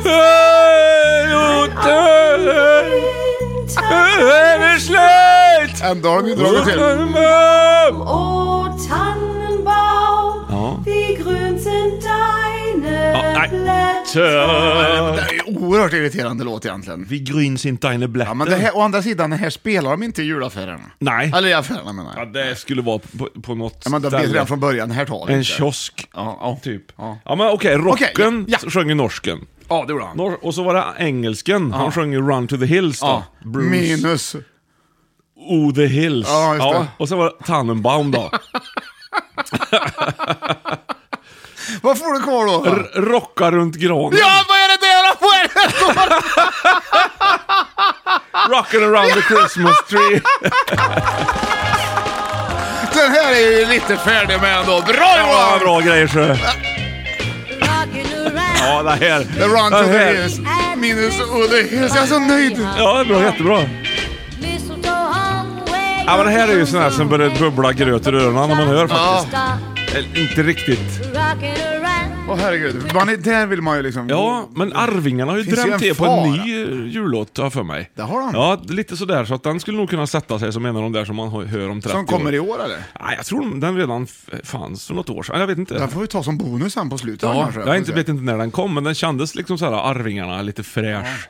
A: Hej, Otter! Hej, vi slut!
B: Ändå har de ju dragit till.
A: Tannenbaum!
D: O Tannenbaum,
A: Ja.
D: wie grün sind
A: Ja,
D: deine
A: nej.
B: Det
A: Tö.
B: här är ju oerhört irriterande låt egentligen.
A: Vi gryns inte in i
B: Ja, men det här, å andra sidan, det här spelar de inte i julaffärerna.
A: Nej.
B: Eller i affärerna menar
A: Ja,
B: jag.
A: det skulle vara på, på något
B: Ja, men de vet redan från början, här tar vi
A: En
B: inte.
A: kiosk.
B: Ja, ja.
A: Typ.
B: Ja.
A: Ja, men okej,
B: Okej, ja,
A: rocken
B: ja.
A: sjöng ju norsken.
B: Ja, det gjorde han.
A: Nor- och så var det engelsken, han sjöng ju Run to the Hills då.
B: Ja.
A: Bruce.
B: Minus.
A: Oh the Hills.
B: Ja, just det.
A: Och sen var det Tannenbaum då.
B: Vad får du kvar då?
A: R- rocka runt granen.
B: ja, vad är det där då? Vad är det?
A: Rockin' around the Christmas tree.
B: Den här är ju lite färdig med ändå. Bra
A: Ja,
B: Johan!
A: bra grejer så.
D: Rockin' around
A: Ja, det här.
B: The run to
A: Den
B: the
A: här.
B: hills. Minus och the hills. Jag är så nöjd.
A: Ja, det är bra, jättebra.
D: Mistletoe hung where
A: Ja, men det här är ju
D: you
A: sån här som börjar bubbla gröt ur öronen när man hör faktiskt. Eller, Inte riktigt.
D: Rockin' around
B: Åh herregud. Man är, där vill man ju liksom...
A: Ja, men Arvingarna har ju
B: Finns ju en
A: drömt till på
B: fara.
A: en ny eh, jullåt, har jag för mig.
B: Det har de.
A: Ja, lite sådär, så att den skulle nog kunna sätta sig som en av de där som man hör- hör om 30
B: Som kommer i
A: år.
B: år eller?
A: Nej, jag tror den redan f- fanns för något år sedan. Jag vet inte.
B: Den får vi ta som bonus sen på slutet.
A: Ja,
B: kanske.
A: jag inte, vet inte när den kom, men den kändes liksom så här Arvingarna, lite fräsch.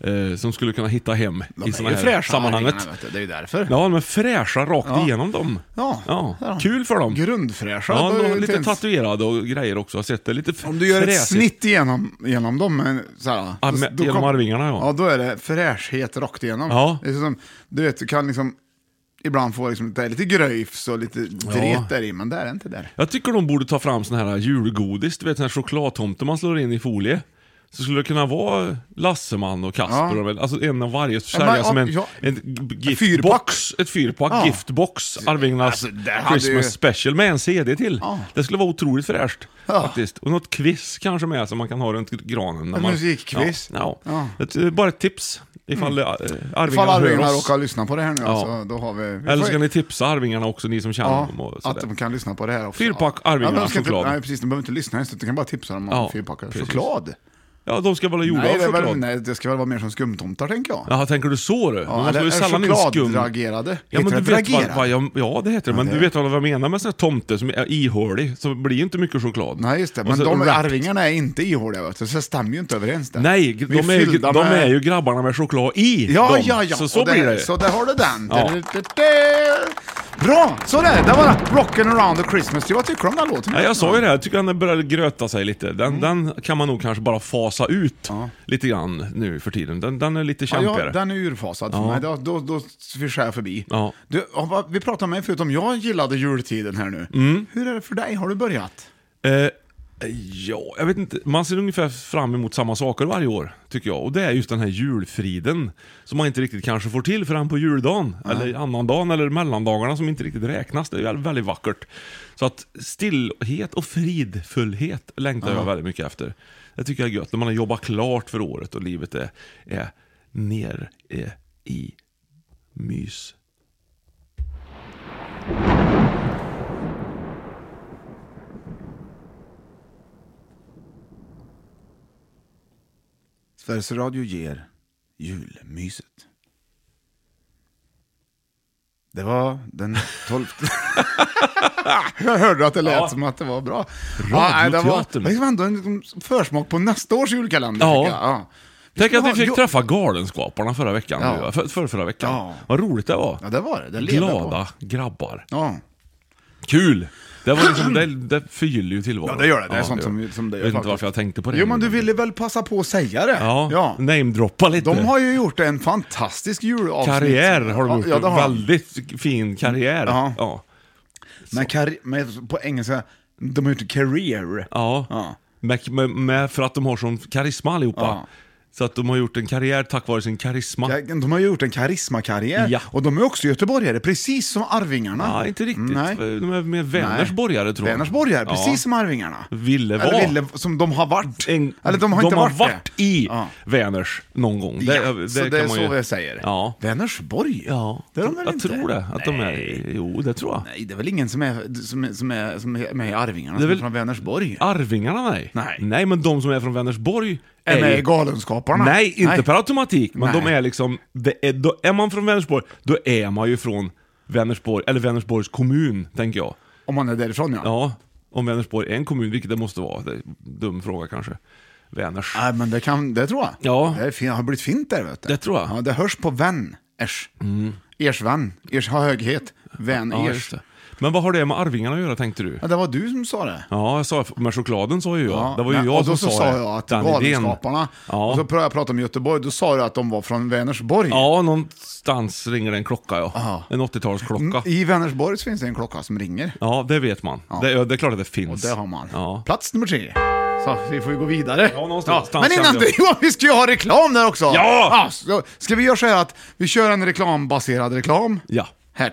A: Eh, som skulle kunna hitta hem
B: De
A: i
B: är
A: såna
B: ju
A: här
B: fräscha
A: sammanhanget.
B: Arvingarna, vet du. Det är ju därför.
A: Ja, men fräscha rakt
B: Ja.
A: igenom dem.
B: Ja, där har de.
A: Kul för dem.
B: Grundfräscha.
A: Ja,
B: Då är
A: de
B: det
A: har lite
B: inte ens-
A: tatuerade och grejer också. Jag har sett det. Lite fr-
B: Om du gör ett
A: fräsigt.
B: snitt genom, genom dem, men så här,
A: Ja,
B: då-
A: med-
B: då
A: genom arvingarna, ja.
B: Ja, då är det fräschhet rakt igenom.
A: Ja.
B: Det är som, du vet, du kan liksom ibland få liksom, det är lite gröjfs och lite dret där i, men det är inte där.
A: Jag tycker de borde ta fram sån här julgodis, du vet sån här chokladtomte man slår in i folie. Så skulle det kunna vara Lasseman och Kasper, och väl- alltså en av varje, så sälja
B: men,
A: som en,
B: ja,
A: en g-
B: Ett fyrpack.
A: giftbox, ett fyrpack
B: Ja.
A: giftbox, Arvingarnas
B: Alltså, det hade
A: Christmas
B: ju-
A: special med en CD till.
B: Ja.
A: Det skulle vara otroligt fräscht faktiskt. Och något quiz kanske med som man kan ha runt granen. När
B: Ett
A: man,
B: musikquiz.
A: Ja, ja.
B: Ja.
A: Ett, eh, bara ett tips ifall mm.
B: Ifall
A: Arvingarna
B: Arvingarna
A: hör oss.
B: råkar lyssna på det här nu,
A: Ja.
B: alltså, då har vi... vi
A: Eller
B: får-
A: så kan ni tipsa Arvingarna också, ni som känner
B: Ja,
A: dem. Och
B: att
A: sådär.
B: de kan lyssna på det här också.
A: Fyrpack
B: Ja,
A: Arvingarna
B: de ska inte-
A: choklad.
B: Nej, precis. De behöver inte lyssna ens, du kan bara tipsa dem om
A: Ja,
B: fyrpackar
A: precis.
B: choklad.
A: Ja, de ska vara gjorda
B: Nej
A: av
B: det, är väl,
A: choklad.
B: nej, det ska väl vara mer som skumtomtar, tänker jag.
A: Jaha, tänker du så du?
B: Ja,
A: man
B: eller-
A: får ju
B: eller
A: sällan in skum.
B: chokladragerade.
A: Ja, men
B: Heter
A: du
B: det
A: vet vad,
B: dragerad?
A: vad jag, ja, det heter det. Men
B: det-
A: du vet vad jag menar med sån här tomte som är ihålig, så blir ju inte mycket choklad.
B: Nej just det,
A: Och
B: men
A: så
B: de
A: wrap-
B: Arvingarna är inte ihåliga vet du, så det stämmer ju inte överens där.
A: Nej, de,
B: Vi
A: är, ju,
B: fyllda
A: de
B: med-
A: är ju grabbarna med choklad i.
B: Ja,
A: dem.
B: ja, ja.
A: Så så
B: Och
A: blir det.
B: Så där har du den.
A: Ja.
B: Du, du, du, du. Bra! Så där, det var Rockin' around the Christmas. Vad tycker du om den låten?
A: Ja, jag sa ju det, här, jag tycker den börjar gröta sig lite. Den,
B: Mm.
A: den kan man nog kanske bara fasa ut lite grann nu för tiden. Den, den är lite
B: Ja,
A: kämpigare.
B: jag, den är urfasad för mig. Då, då, då svischar jag förbi.
A: Ja.
B: Du, ja, vad- vi pratade med förut om jag gillade jultiden här nu.
A: Mm.
B: Hur är det för dig? Har du börjat?
A: Eh, ja, jag vet inte. Man ser ungefär fram emot samma saker varje år, tycker jag. Och det är just den här julfriden som man inte riktigt kanske får till förrän på juldagen, eller annandagen, eller mellandagarna som inte riktigt räknas. Det är ju väldigt vackert. Så att stillhet och fridfullhet längtar jag väldigt mycket efter. Det tycker jag är gött, när man har jobbat klart för året och livet är, är ner eh, i mys.
B: Sveriges Radio ger julmyset. Det var den 12. jag hörde att det lät som att det var bra. nej, det, var,
A: Radioteatern.
B: det var ändå en liksom försmak på nästa års julkalender.
A: Ja.
B: tycker jag. Ja.
A: Tänk att vi
B: Ja,
A: fick
B: jo-
A: träffa Galenskaparna förra veckan.
B: Ja.
A: nu, va? För, för, förra veckan.
B: Ja.
A: Vad roligt det var.
B: Ja, det var det. det levde
A: Glada
B: På.
A: grabbar.
B: Ja.
A: Kul! Det, var liksom, det, det förgyller ju tillvaron.
B: Ja, det gör det. Det är sånt som- som det
A: Jag
B: gör
A: vet inte
B: faktiskt.
A: varför jag tänkte på det.
B: Jo, men du ville väl passa på att säga det?
A: Ja, namedroppa lite.
B: De har ju gjort en fantastisk julavsnitt.
A: Karriär har de
B: Ja,
A: gjort.
B: Ja, det har de.
A: Väldigt fin karriär.
B: Ja.
A: Ja.
B: Men, karri- men på engelska, de har gjort career.
A: Ja.
B: Ja.
A: Med, med, med, för att de har sån karisma allihopa.
B: Ja.
A: Så att de har gjort en karriär tack vare sin karisma.
B: Ja, De har ju gjort en karismakarriär.
A: Ja.
B: Och de är också göteborgare, precis som Arvingarna.
A: Ja, inte riktigt.
B: Nej.
A: De är mer Vänersborgare tror jag.
B: Vänersborgare,
A: Ja.
B: precis som Arvingarna.
A: Ville vara.
B: Eller ville, som de har varit.
A: en,
B: Eller de har inte varit, det.
A: i
B: Ja.
A: Väners någon gång.
B: Ja, så det är
A: man
B: så
A: ju-
B: jag säger.
A: Ja.
B: Vänersborg?
A: ja.
B: Det är de väl
A: jag
B: inte?
A: tror det. Att de är, jo, det tror jag.
B: Nej, det är väl ingen som är, som, är- som är, som är med i Arvingarna,
A: Det är
B: som är
A: väl-
B: från Vänersborg?
A: Arvingarna, nej.
B: Nej.
A: men de som är från Vänersborg
B: är med i
A: ju-
B: Galenskaparna?
A: Nej, inte per automatik. Men
B: Nej.
A: de är liksom... Det är, då är man från Vänersborg, då är man ju från Vänersborg, eller Vänersborgs kommun, tänker jag.
B: Om man är därifrån ja.
A: Ja, om Vänersborg är en kommun, vilket det måste vara. Det är en dum fråga kanske. Väners.
B: Nej, men det, kan, det tror jag.
A: Ja.
B: Det är fin, har blivit fint där vet du.
A: Det tror jag. Mm.
B: Ja, det hörs på vän. Ers. Ers vän. Ers har höghet. Vän
A: Ja,
B: ers.
A: just det. Men vad har det med Arvingarna att göra, tänkte du?
B: Ja, det var du som sa det.
A: Ja, jag sa, men chokladen sa ju jag.
B: Ja,
A: det var ju
B: men-
A: jag
B: och då
A: som
B: så
A: sa,
B: sa
A: det.
B: jag att
A: Den
B: Galenskaparna,
A: idén.
B: och så
A: Ja.
B: började jag prata om Göteborg, då sa jag att de var från Vänersborg.
A: ja, någonstans ringer en klocka ja.
B: Ja.
A: En
B: Mm,
A: 80-talsklocka.
B: I Vänersborg så finns det en klocka som ringer.
A: Ja, det vet man. Det, ja, det är klart att det
B: Och
A: finns.
B: det har man.
A: Ja.
B: Plats nummer tre. Så vi får ju gå vidare.
A: Ja, någonstans.
B: Men innan
A: Kände
B: det,
A: jag.
B: Johan, vi ska ju ha reklam där också!
A: Ja!
B: så, ska vi göra så här att vi kör en reklambaserad reklam?
A: Ja.
B: Här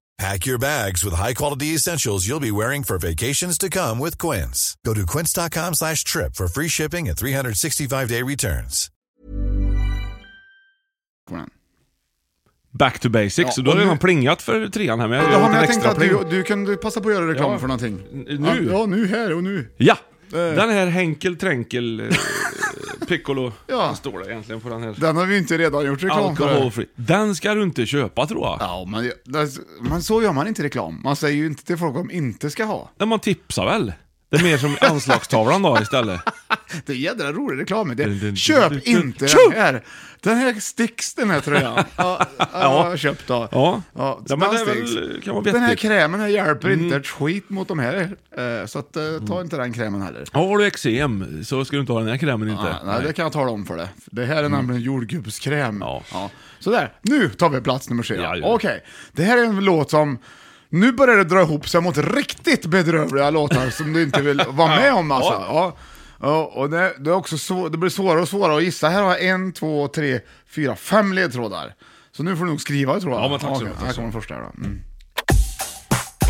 G: Pack your bags with high-quality essentials you'll be wearing for vacations to come with Quince. Go to quince.com slash trip for free shipping and 365-day returns.
B: kommer den.
A: Back to basics.
B: Ja,
A: så du har
B: och nu-
A: redan plingat för trean här, men jag
B: Ja,
A: gör
B: men
A: en
B: jag tänkte
A: extra
B: att du,
A: pling.
B: du kunde passa på att göra reklam
A: Ja.
B: för någonting.
A: Nu?
B: Ja, nu här och nu.
A: Ja!
B: Eh.
A: Den här Henkel Tränkel eh, Piccolo,
B: Ja.
A: vad står det egentligen på den här?
B: Den har vi inte redan gjort reklam för.
A: Alkoholfri. Den ska du inte köpa tror jag.
B: Ja, men, jag- det- men så gör man inte reklam. Man säger ju inte till folk vad de inte ska ha.
A: Nej, man tipsar väl? Det är mer som anslagstavlan då istället.
B: Det är jädra rolig reklam. Det, köp inte den här. Den här sticks, den här tröjan. Ja, ja, jag har köpt då.
A: Ja.
B: Ja,
A: Ja, men det är
B: den
A: väl-
B: sticks.
A: kan vara
B: Den här
A: vettigt.
B: krämen här hjälper
A: Mm.
B: inte ett skit mot de här. Eh, Så att, eh, ta inte den krämen heller.
A: Ja, Har du eksem så ska du inte ha den här krämen inte.
B: Ja, Ah, nej, det kan jag tala om för dig. Det här är
A: Mm.
B: nämligen jordgubbskräm. Ja. Sådär, nu tar vi plats nummer tre.
A: Ja,
B: Okej,
A: ja.
B: det här är en låt som... Nu börjar det dra ihop sig mot riktigt bedrövliga låtar som du inte vill vara med om alltså.
A: Ja.
B: Ja. Ja, och det, det, är också svå, det blir svårare och svårare att gissa. Här har jag en, två, tre, fyra, fem ledtrådar. Så nu får du nog skriva tror jag.
A: Ja, men tack så
B: Okej,
A: mycket, tack
B: Här
A: så
B: kommer den första här då. Mm.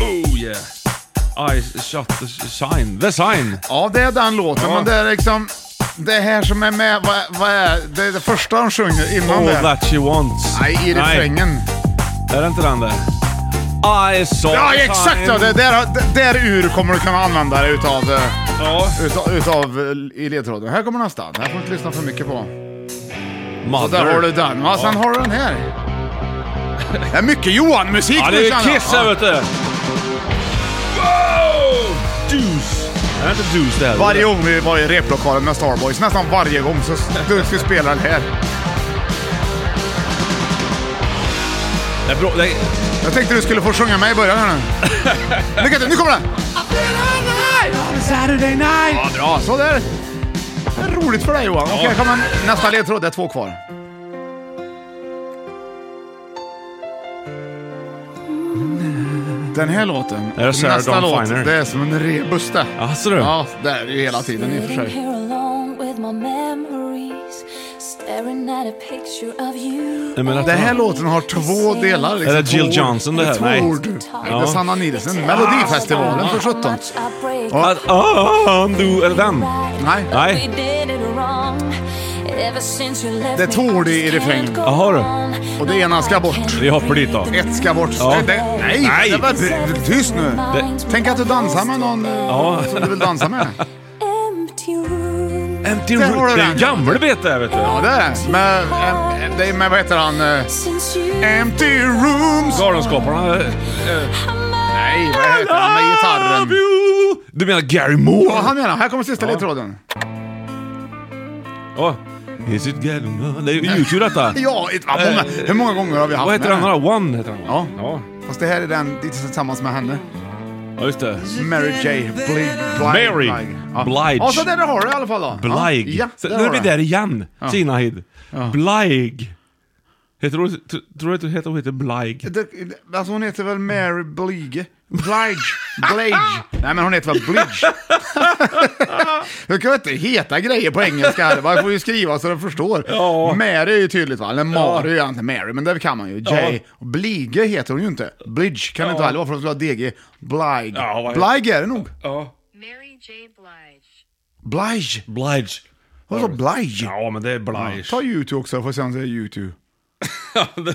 A: Oh yeah! I shut the sign. The sign!
B: Ja, det är den låten,
A: Ja.
B: men det är liksom... Det här som är med, vad, vad är det? är Det första de sjunger innan
A: All
B: det.
A: that she wants.
B: Nej, i refrängen.
A: Är det inte den där? I saw
B: Ja,
A: the
B: exakt!
A: sign.
B: Ja, det, där, det- där ur kommer du kunna använda det utav, eh, utav, utav eh, i ledtråden. Här kommer nästa. Den här får du inte lyssna för mycket på. Så där har du den. Va? Sen
A: Ja.
B: har du den här. Det är mycket Johan-musik
A: Ja,
B: nu,
A: det är
B: känner jag.
A: Kiss här vet du! Wow! Deuce! Är det inte Deuce det här?
B: Varje gång vi var i replokalen med Starboys, nästan varje gång så skulle vi spela den här.
A: Det är bra. Det är...
B: Jag tänkte du skulle få sjunga med i början här nu. Lycka till, nu kommer den! Saturday night! Ja, bra. Sådär. Det är roligt för dig Johan. Okej, här kommer nästa ledtråd. Det är två kvar. Den här låten,
A: Är det Sarah
B: nästa
A: Dawn
B: låt,
A: Finer?
B: det är som en rebus det.
A: Asså du?
B: Ja, det är det ju hela tiden i och för
H: Sitting
B: sig.
H: here alone with my memories, staring at a picture of you.
A: Nej, men att-
B: Den här låten har två delar. Liksom,
A: Är det Jill
B: två ord.
A: Johnson det här?
B: Två
A: Nej.
B: ord.
A: Ja.
B: Det är Sanna Nielsen. Melodifestivalen för 17.
A: Ja. Ah, du, är det den?
B: Nej.
A: Nej.
B: Det är två ord i refrängen.
A: Jaha du.
B: Och det ena ska bort.
A: Vi hoppar dit då.
B: Ett ska bort.
A: Ja.
B: Nej, det, nej,
A: Nej.
B: Det var, det, tyst nu. Tänk att du dansar med någon eh,
A: Ja.
B: som du vill dansa med.
A: Empty
B: Där har
A: Room.
B: du
A: Det är
B: den.
A: en gammal bete här vet du.
B: Ja, det är det. Med, eh, det är med vad heter han? eh, Empty Rooms.
A: Galenskaparna. eh,
B: Nej, vad heter han med gitarren?
A: Du menar Gary Moore?
B: Ja, han menar. Här kommer sista ledtråden.
A: Ja. Is it Gary Moore? Det är ju YouTube detta.
B: Ja, ett- vad många-
A: Eh,
B: hur många gånger har vi haft
A: Vad heter
B: med
A: den här? One heter den
B: Ja.
A: Ja.
B: Fast det här är den det är tillsammans med henne.
A: Ja, just det.
B: Mary J. Blige. Blige.
A: Mary
B: Ja.
A: Blige.
B: Ja, så där har du i alla fall då.
A: Blige.
B: Ja,
A: Så,
B: där
A: nu
B: har
A: är vi
B: du.
A: där igen.
B: Ja.
A: Sinahid. Blige. Heter hon, tr- tror du att hon heter, hon heter Blige?
B: Det, det- alltså hon heter väl Mary Blige? Blige. Blige. Nej men hon heter väl Blige? Du kan ju inte heta grejer på engelska här. Man får ju skriva så de förstår. Mary är ju tydligt va? Eller Mary är ju inte Mary, men det kan man ju. J.
A: Ja.
B: Blige heter hon ju inte. Blige kan det inte
A: Ja.
B: heller vara för att hon skulle ha DG. Blige.
A: Ja, vad-
B: Blige är det nog.
A: Ja.
F: Mary J. Blige.
B: Blige.
A: Blige.
B: Vadå Blige?
A: Ja, men det är Blige.
B: Ta YouTube också, får se om det är YouTube.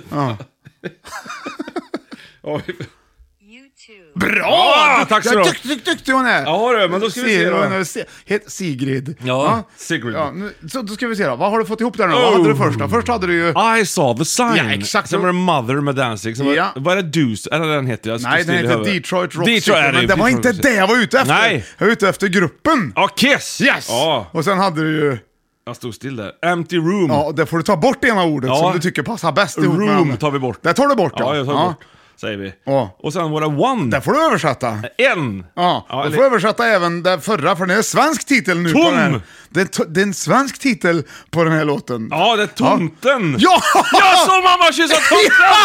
B: Ja. Bra!
A: Ja, tack så
B: Ja,
A: du ha.
B: Duktig, duktig, duktig hon är!
A: Ja, du, men då ska vi
B: Ser
A: se då.
B: hon är se- Het Sigrid.
A: Ja, Sigrid.
B: Ja, nu, så då ska vi se då. Vad har du fått ihop där nu? Vad
A: Oh.
B: hade du först då? Först hade du ju...
A: I saw the sign.
B: Ja, exakt.
A: Som var Mother med Danzig. Som
B: Ja.
A: var, vad är det Deuce? Eller den heter jag. står
B: Nej, den
A: still i
B: heter
A: huvudet.
B: Detroit Rock
A: Detroit
B: City,
A: är
B: men
A: ju,
B: det var
A: Detroit
B: inte
A: Rock City.
B: det jag var ute efter.
A: Nej.
B: Jag var ute efter gruppen.
A: Ja, Kiss!
B: Yes!
A: Ja.
B: Och sen hade du ju...
A: Jag stod still där. Empty room.
B: Ja, och där får du ta bort det ena ordet
A: Ja.
B: som du tycker passar bäst ihop med
A: room
B: andra.
A: tar vi bort.
B: Det tar du bort
A: Ja, jag tar bort. Säger vi.
B: Ja.
A: Och sen var det One.
B: Där får du översätta.
A: En.
B: Ja,
A: Ja,
B: då
A: eller-
B: får jag översätta även den förra, för det är en svensk titel nu på
A: Tom!
B: den här. Det är, to- det är en svensk titel på den här låten.
A: Ja, det är tomten.
B: Ja!
A: Jag såg mamma kyssa tomten!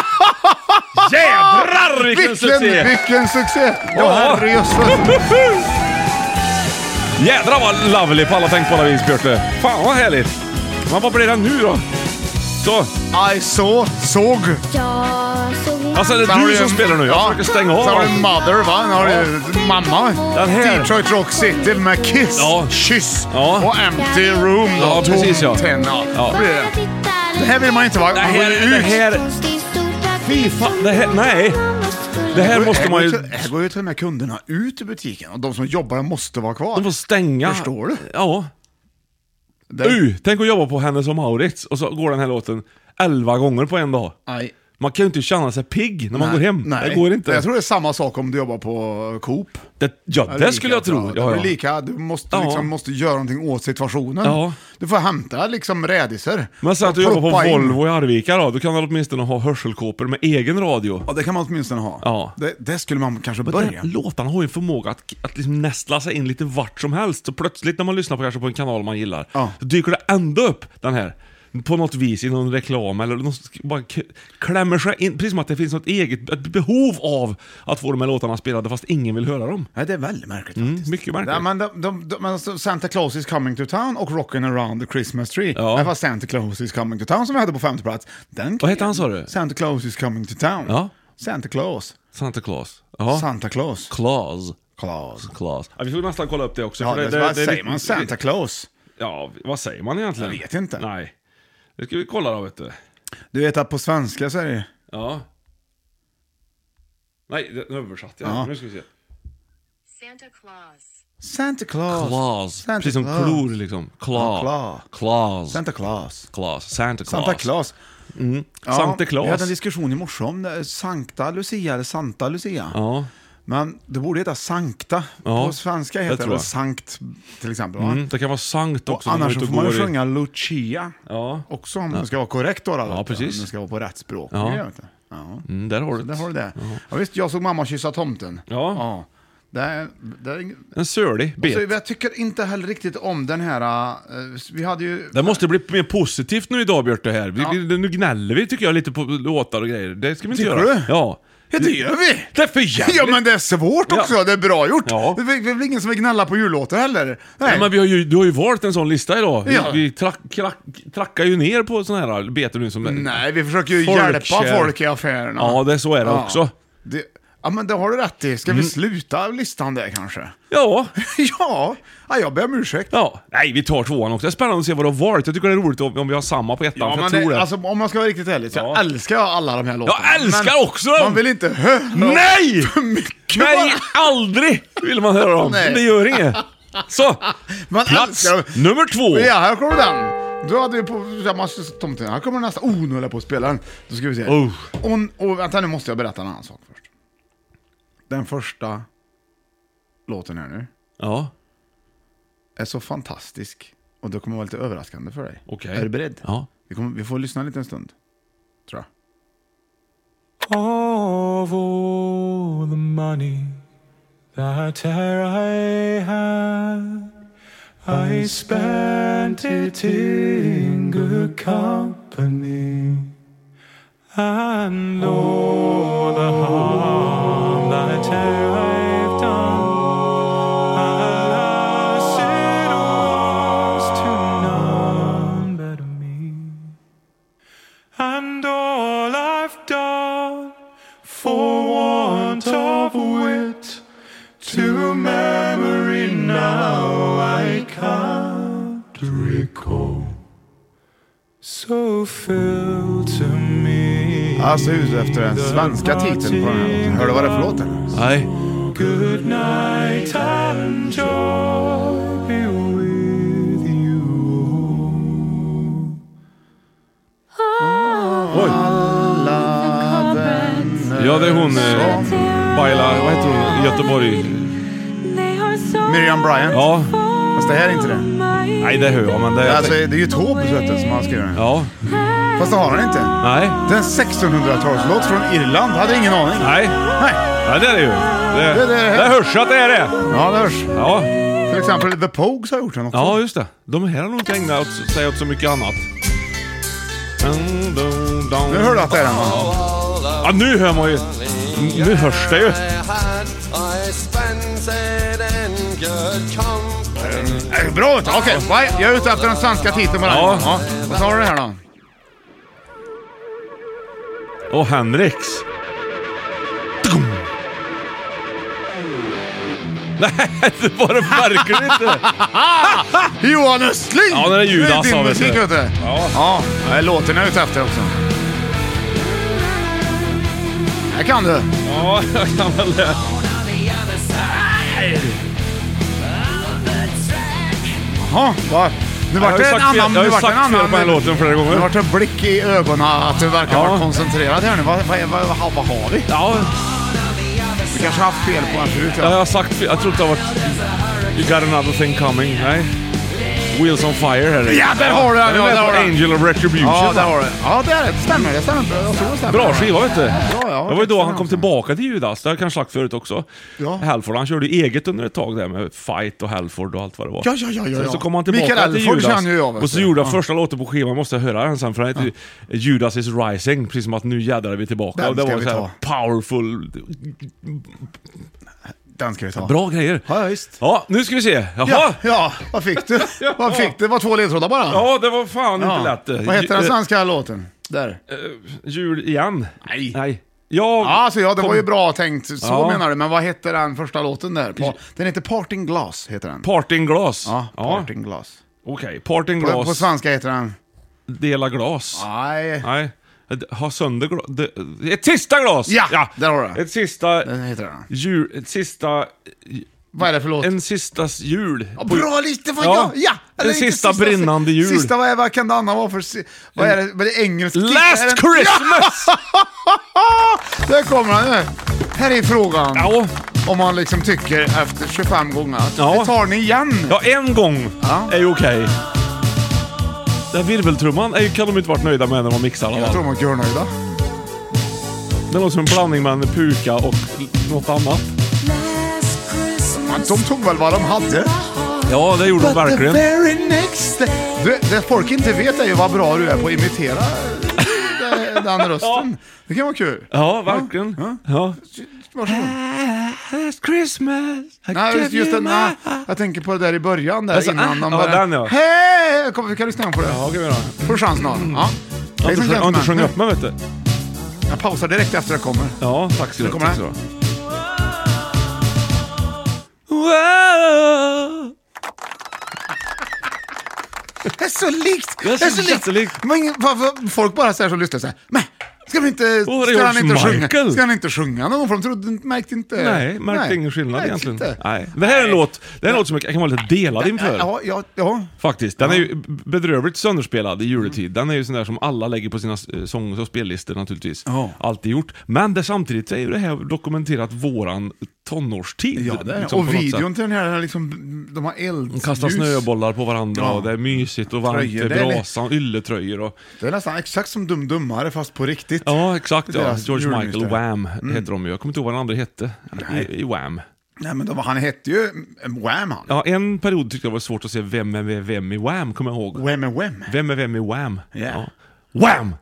A: Jädrar vilken succé!
B: Vilken succé!
A: Ja.
B: Ja, herrejösses.
A: Jädrar vad lovely på alla tänkbara vis, Björte. Fan vad härligt. Men vad blir det nu då? Så.
B: I saw, såg.
A: Alltså det
B: Sen
A: är
B: har
A: du
B: du
A: som
B: ju-
A: spelar nu. Jag
B: Ja.
A: försöker stänga av.
B: Sen har du
A: allt.
B: Mother, va? Sen har du Mamma.
A: Den här.
B: Detroit Rock City med Kiss,
A: Ja.
B: Kyss
A: Ja.
B: och Empty Room. då.
A: Ja, precis, ja.
B: Tomten, ja.
A: Ja.
B: Det blir det. Det här vill man inte vara.
A: Det
B: Man går
A: här,
B: ju
A: det
B: ut.
A: här... Fy fan, det här... Nej. Det här måste man ju...
B: Här går ju till och med kunderna ut ur butiken och de som jobbar måste vara kvar.
A: De får stänga.
B: Förstår du?
A: Ja.
B: Det-
A: Uh, tänk att jobba på Hennes och Mauritz och så går den här låten 11 gånger på en dag.
B: Nej.
A: Man kan ju inte känna sig pigg när man
B: Nej.
A: går hem.
B: Nej.
A: Det går inte.
B: Jag tror det är samma sak om du jobbar på Coop.
A: Det, ja,
B: Eller
A: det
B: Ica,
A: skulle jag tro.
B: alltså.
A: Ja,
B: Det
A: ja.
B: blir lika, du måste,
A: Ja.
B: liksom, måste göra någonting åt situationen.
A: Ja.
B: Du får hämta liksom rädisor.
A: Men säg att du
B: och
A: jobbar på
B: proppa in.
A: Volvo i Arvika då, du kan väl åtminstone ha hörselkåpor med egen radio?
B: Ja, det kan man åtminstone ha.
A: Ja.
B: Det, det skulle man kanske
A: Men
B: börja.
A: den låtarna har ju en förmåga att, att liksom nästla sig in lite vart som helst. Så plötsligt när man lyssnar på, kanske på en kanal man gillar, så dyker det ändå upp den här. På något vis i någon reklam eller någon, sk- bara k- klämmer sig in. Precis som att det finns något eget ett behov av att få de här låtarna spelade fast ingen vill höra dem.
B: Ja, det är väldigt märkligt
A: mm, Mycket märkligt.
B: Ja, men de, de, de, men så Santa Claus is coming to town och Rockin' around the Christmas tree. Ja. Det var Santa Claus is coming to town som vi hade på femte plats. Den
A: Vad hette han sa du?
B: Santa Claus is coming to town.
A: Ja.
B: Santa Claus.
A: Santa Claus. Ja.
B: Santa Claus.
A: Claus.
B: Claus.
A: Claus. Ja, vi får nästan kolla upp det också.
B: Ja,
A: för
B: det, vad säger
A: lite-
B: man? Santa Claus?
A: Ja, vad säger man egentligen?
B: Jag vet inte.
A: Nej. Det ska vi kolla då vet du.
B: Du vet att på svenska så är det...
A: Ja. Nej, det- nu översatte jag.
B: Ja.
A: Nu ska vi se.
C: Santa Claus.
B: Santa Claus.
A: Claus.
B: Santa
A: Precis som
B: Claus.
A: klor liksom. Claw.
B: Ja, claw.
A: Claus.
B: Santa Claus.
A: Claus. Santa Claus.
B: Santa Claus.
A: Mm.
B: Ja,
A: Santa
B: Vi hade en
A: Claus.
B: diskussion i morse om det. Sankta Lucia eller Santa Lucia.
A: Ja.
B: Men det borde heta Sankta.
A: Ja,
B: På svenska
A: det
B: heter det,
A: tror jag.
B: Sankt till exempel. Va?
A: Mm, det kan vara sankt också.
B: och
A: när
B: annars
A: är
B: så
A: ute
B: får
A: och
B: man ju
A: går i-
B: sjunga Lucia.
A: Ja.
B: Också om
A: Ja.
B: det ska vara korrekt då. då vet du.
A: precis.
B: Om det ska vara på rätt språk.
A: Ja.
B: Det gör jag inte. Ja.
A: Mm, där har du
B: Så där
A: det.
B: har du det.
A: Ja.
B: Ja, visst, jag såg mamma kyssa tomten.
A: Ja.
B: Det är, det är... ing-
A: En sörlig
B: Och så,
A: bet.
B: jag tycker inte heller riktigt om den här... eh, vi hade ju...
A: Det måste bli mer positivt nu idag Björte här. Vi, vi, nu gnäller vi tycker jag lite på låtar och grejer. Det ska vi inte
B: Tycker
A: göra.
B: du?
A: Ja.
B: Ja, det gör vi!
A: Det är för jävligt.
B: Ja, men det är svårt också.
A: Ja.
B: Det är bra gjort.
A: Ja.
B: Det är det är väl ingen som vill gnälla på jullåtar heller?
A: Nej. men vi har ju, du har ju valt en sån lista idag. Vi,
B: Ja.
A: vi track, krack- trackar ju ner på såna här beten nu som...
B: Nej, vi försöker ju hjälpa folk i affärerna.
A: Ja, det, så är det
B: Ja.
A: också. Mm.
B: Det, ja, men det har du rätt i. Ska vi sluta listan där kanske?
A: Ja.
B: ja. ja, jag ber om ursäkt.
A: ja. Nej, vi tar tvåan också. Det är spännande att se vad du har valt. Jag tycker det är roligt om, om vi har samma på ettan,
B: Ja,
A: för jag
B: men
A: tror
B: det,
A: det.
B: alltså, om man ska vara riktigt ärlig, så jag älskar alla de här låtarna.
A: Jag älskar
B: men
A: också dem!
B: Man vill inte höra
A: Nej!
B: för mycket.
A: Nej,
B: bara.
A: aldrig vill man höra dem.
B: Nej.
A: Men det gör inget. Så,
B: Man
A: plats
B: älskar dem.
A: nummer två.
B: Ja, här kommer den. Då hade vi på samma tomten. Här kommer nästa. Oh, nu höll jag på att spela den. Då ska vi se.
A: Oh.
B: Och, och vänta, nu måste jag berätta en annan sak först. Den första låten här nu
A: Ja,
B: är så fantastisk. Och det kommer vara lite överraskande för dig.
A: okej.
B: Är du beredd?
A: Ja.
B: Vi, kommer, vi får lyssna en liten stund. Tror jag.
I: Of all the money that e'er I had, I spent it in good company. And all the harm that e'er I've done, alas, it was to none but me. And all I've done for want of wit to memory now I can't recall. So fill to me
B: Alltså jag är ute efter den svenska titeln på den här låten. Hör du vad det är för låt eller?
A: Nej.
I: good night and joy be with you.
B: Alla vänner
A: Ja, det är hon, eh,
B: som-
A: Baila, vad heter hon, i Göteborg?
B: Miriam Bryant.
A: Ja.
B: Fast det här är inte det.
A: Nej, det hör jag, men det...
B: Alltså, det är ju Tobis vet du, som har skrivit den.
A: Ja,
B: Fast det har han inte.
A: nej,
B: Det är en 1600-talslåt från Irland. Hade ingen aning.
A: nej.
B: Nej.
A: Ja, det är det ju. Det,
B: Det-
A: det,
B: det är-
A: hörs att det är det.
B: Ja, det hörs.
A: Ja,
B: Till exempel The Pogues har gjort den också.
A: ja just det. De här har nog inte ägnat åt- sig åt så mycket annat.
B: Nu hör du att det är den va?
A: Ja, nu hör man ju. Nu hörs det ju.
B: Är det Eh, Bra! Okej, va? jag är ute efter den svenska titeln på den.
A: Ja.
B: Vad sa du det här då?
A: Och Henriks. Nej, det var det verkligen inte.
B: Johan Östling!
A: Ja, den är Judas,
B: Det är
A: sa
B: din
A: vi.
B: musik vet du.
A: Ja.
B: Ja, det är låten jag är ute efter också. Här kan du.
A: Ja, jag kan väl det.
B: Jaha, va? Nu vart det
A: Jag har ju sagt fel-
B: en annan...
A: jag har
B: nu
A: ju
B: vart
A: sagt
B: det en
A: fel
B: annan-
A: på den här låten flera gånger.
B: Nu vart det en blick i ögonen att du verkar
A: Ja.
B: vara koncentrerad här nu. Vad, vad, är- vad, vad, vad har vi?
A: Ja.
B: Vi kanske har haft fel på den förut.
A: Ja, jag har sagt fel. Jag tror inte det har varit... You got another thing coming. Nej. Wheels on fire här.
B: Ja, där har du den,
A: den!
B: ja,
A: är med
B: där
A: på
B: har du den.
A: Angel of Retribution.
B: Ja, där
A: va?
B: har du. Ja, det, är, det stämmer. Det stämmer. Jag tror det stämmer.
A: Bra skiva vet du.
B: Ja, bra, ja.
A: det var ju då han kom tillbaka till Judas, det har jag kanske sagt förut också.
B: Ja.
A: Halford, han körde ju eget under ett tag där med Fight och Halford och allt vad det var.
B: Ja, ja, ja, ja,
A: Sen
B: ja.
A: så kom han tillbaka
B: Mikael
A: till
B: Halford
A: Judas.
B: känner ju jag, vet
A: och så
B: du.
A: gjorde han
B: Ja.
A: första låten på skivan, måste jag höra den sen, för den heter ju Judas is rising, precis som att nu jädrar är vi tillbaka.
B: Den
A: och det
B: ska
A: var
B: vi
A: så här
B: ta.
A: powerful,
B: Den ska vi ta.
A: bra grejer.
B: Ja, visst.
A: Ja, nu ska vi se. Jaha!
B: Ja, ja, vad fick du? Vad fick du? Det var två ledtrådar bara.
A: Ja, det var fan inte lätt. det.
B: Vad heter den
A: Ju-
B: svenska låten? Där.
A: eh, Jul igen?
B: Nej.
A: Nej. Jag,
B: Ja, alltså, ja, det
A: kom-
B: var ju bra tänkt. Så
A: Ja.
B: menar du. Men vad hette den första låten där? Pa- Den heter Parting Glass. Heter den.
A: Parting glass.
B: Ja, Parting Glass.
A: Okej, parting glass.
B: På, på svenska heter den...
A: Dela glas.
B: Nej.
A: Nej. Ha sönder glas. Det- Ett sista glas!
B: Ja, där har du den.
A: Ett sista
B: Den heter den.
A: jul... Ett sista...
B: Vad är det för låt?
A: En sista jul.
B: Ja, bra lite vad
A: Ja.
B: jag... Ja!
A: En
B: Eller inte
A: sista brinnande jul.
B: Sista, vad, är, vad kan det annat vara för... si- Vad är det? Vad är det engelsk?
A: Last
B: är det,
A: Christmas!
B: Ja! Där kommer han nu. Här är frågan.
A: Ja.
B: Om man liksom tycker efter 25 gånger att
A: Ja.
B: det tar ni igen.
A: Ja, en gång
B: Ja.
A: är ju okej. Den virveltrumman är ju- kan de inte varit nöjda med när de mixar
B: Jag tror
A: alla.
B: de var görnöjda.
A: Det låter som en blandning mellan en puka och något annat.
B: Men de tog väl vad de hade.
A: Ja, det gjorde de verkligen.
B: very next day. Du, det folk inte vet är ju vad bra du är på att imitera eh, den rösten. Det kan vara kul.
A: Ja, verkligen. Ja.
B: Varsågod.
A: Last Christmas, I
B: Nej,
A: give
B: just, just
A: you
B: den,
A: my
B: nej,
A: heart.
B: jag tänker på det där i början där
A: Alltså,
B: innan.
A: ah,
B: de
A: ja,
B: började-
A: den, ja.
B: Hej! Jag kommer- Vi kan lyssna igen på det.
A: Ja, okej då.
B: Får du chans snart. Ja.
A: Jag har
B: Ladies and
A: inte- jag har inte
B: gentlemen.
A: sjungit upp mig vet du.
B: Jag pausar direkt efter jag kommer.
A: Ja, tack så
B: Nu
A: mycket.
B: kommer
A: Tack
B: den.
A: så mycket. Wow.
B: Det är så likt!
A: Det är så jättelikt.
B: Men, ingen- va- va- folk bara säger så lyssnar så här. Men, ska vi inte...
A: Åh, det är
B: ska han
A: George
B: inte sjunga?
A: Michael.
B: Ska han inte sjunga någon gång? För de trodde, märkte inte...
A: Nej, märkte ingen skillnad
B: märkte
A: egentligen.
B: inte.
A: Nej. Det här är en låt, det här är en låt som jag kan vara lite delad inför.
B: Ja, ja, ja. Mm.
A: Faktiskt. Den är ju bedrövligt sönderspelad i juletid. Den är ju sån där som alla lägger på sina eh, sång och spellistor naturligtvis.
B: Ja.
A: Alltid gjort. Men det, samtidigt är ju det här dokumenterat våran tonårstid.
B: ja det är.
A: liksom, på
B: Och
A: något
B: videon
A: sätt.
B: till den här, den här liksom, de har
A: De
B: eldljus.
A: kastar snöbollar på varandra
B: Ja.
A: och det är mysigt och varmt
B: Tröjor,
A: i
B: det är li-
A: brasan, ylletröjor och...
B: Det är nästan exakt som Dum Dummare fast på riktigt.
A: Ja, exakt. Ja.
B: Deras Mm.
A: George
B: julmys
A: Michael,
B: där.
A: Wham, heter de ju. Jag kommer inte ihåg vad den andra hette i, i Wham.
B: Nej men de, han hette ju Wham han.
A: Ja, en period tyckte jag det var svårt att se vem är vem i Wham, kommer jag ihåg.
B: Wham är Wham.
A: Vem är vem i Wham?
B: Yeah.
A: Ja. Wham!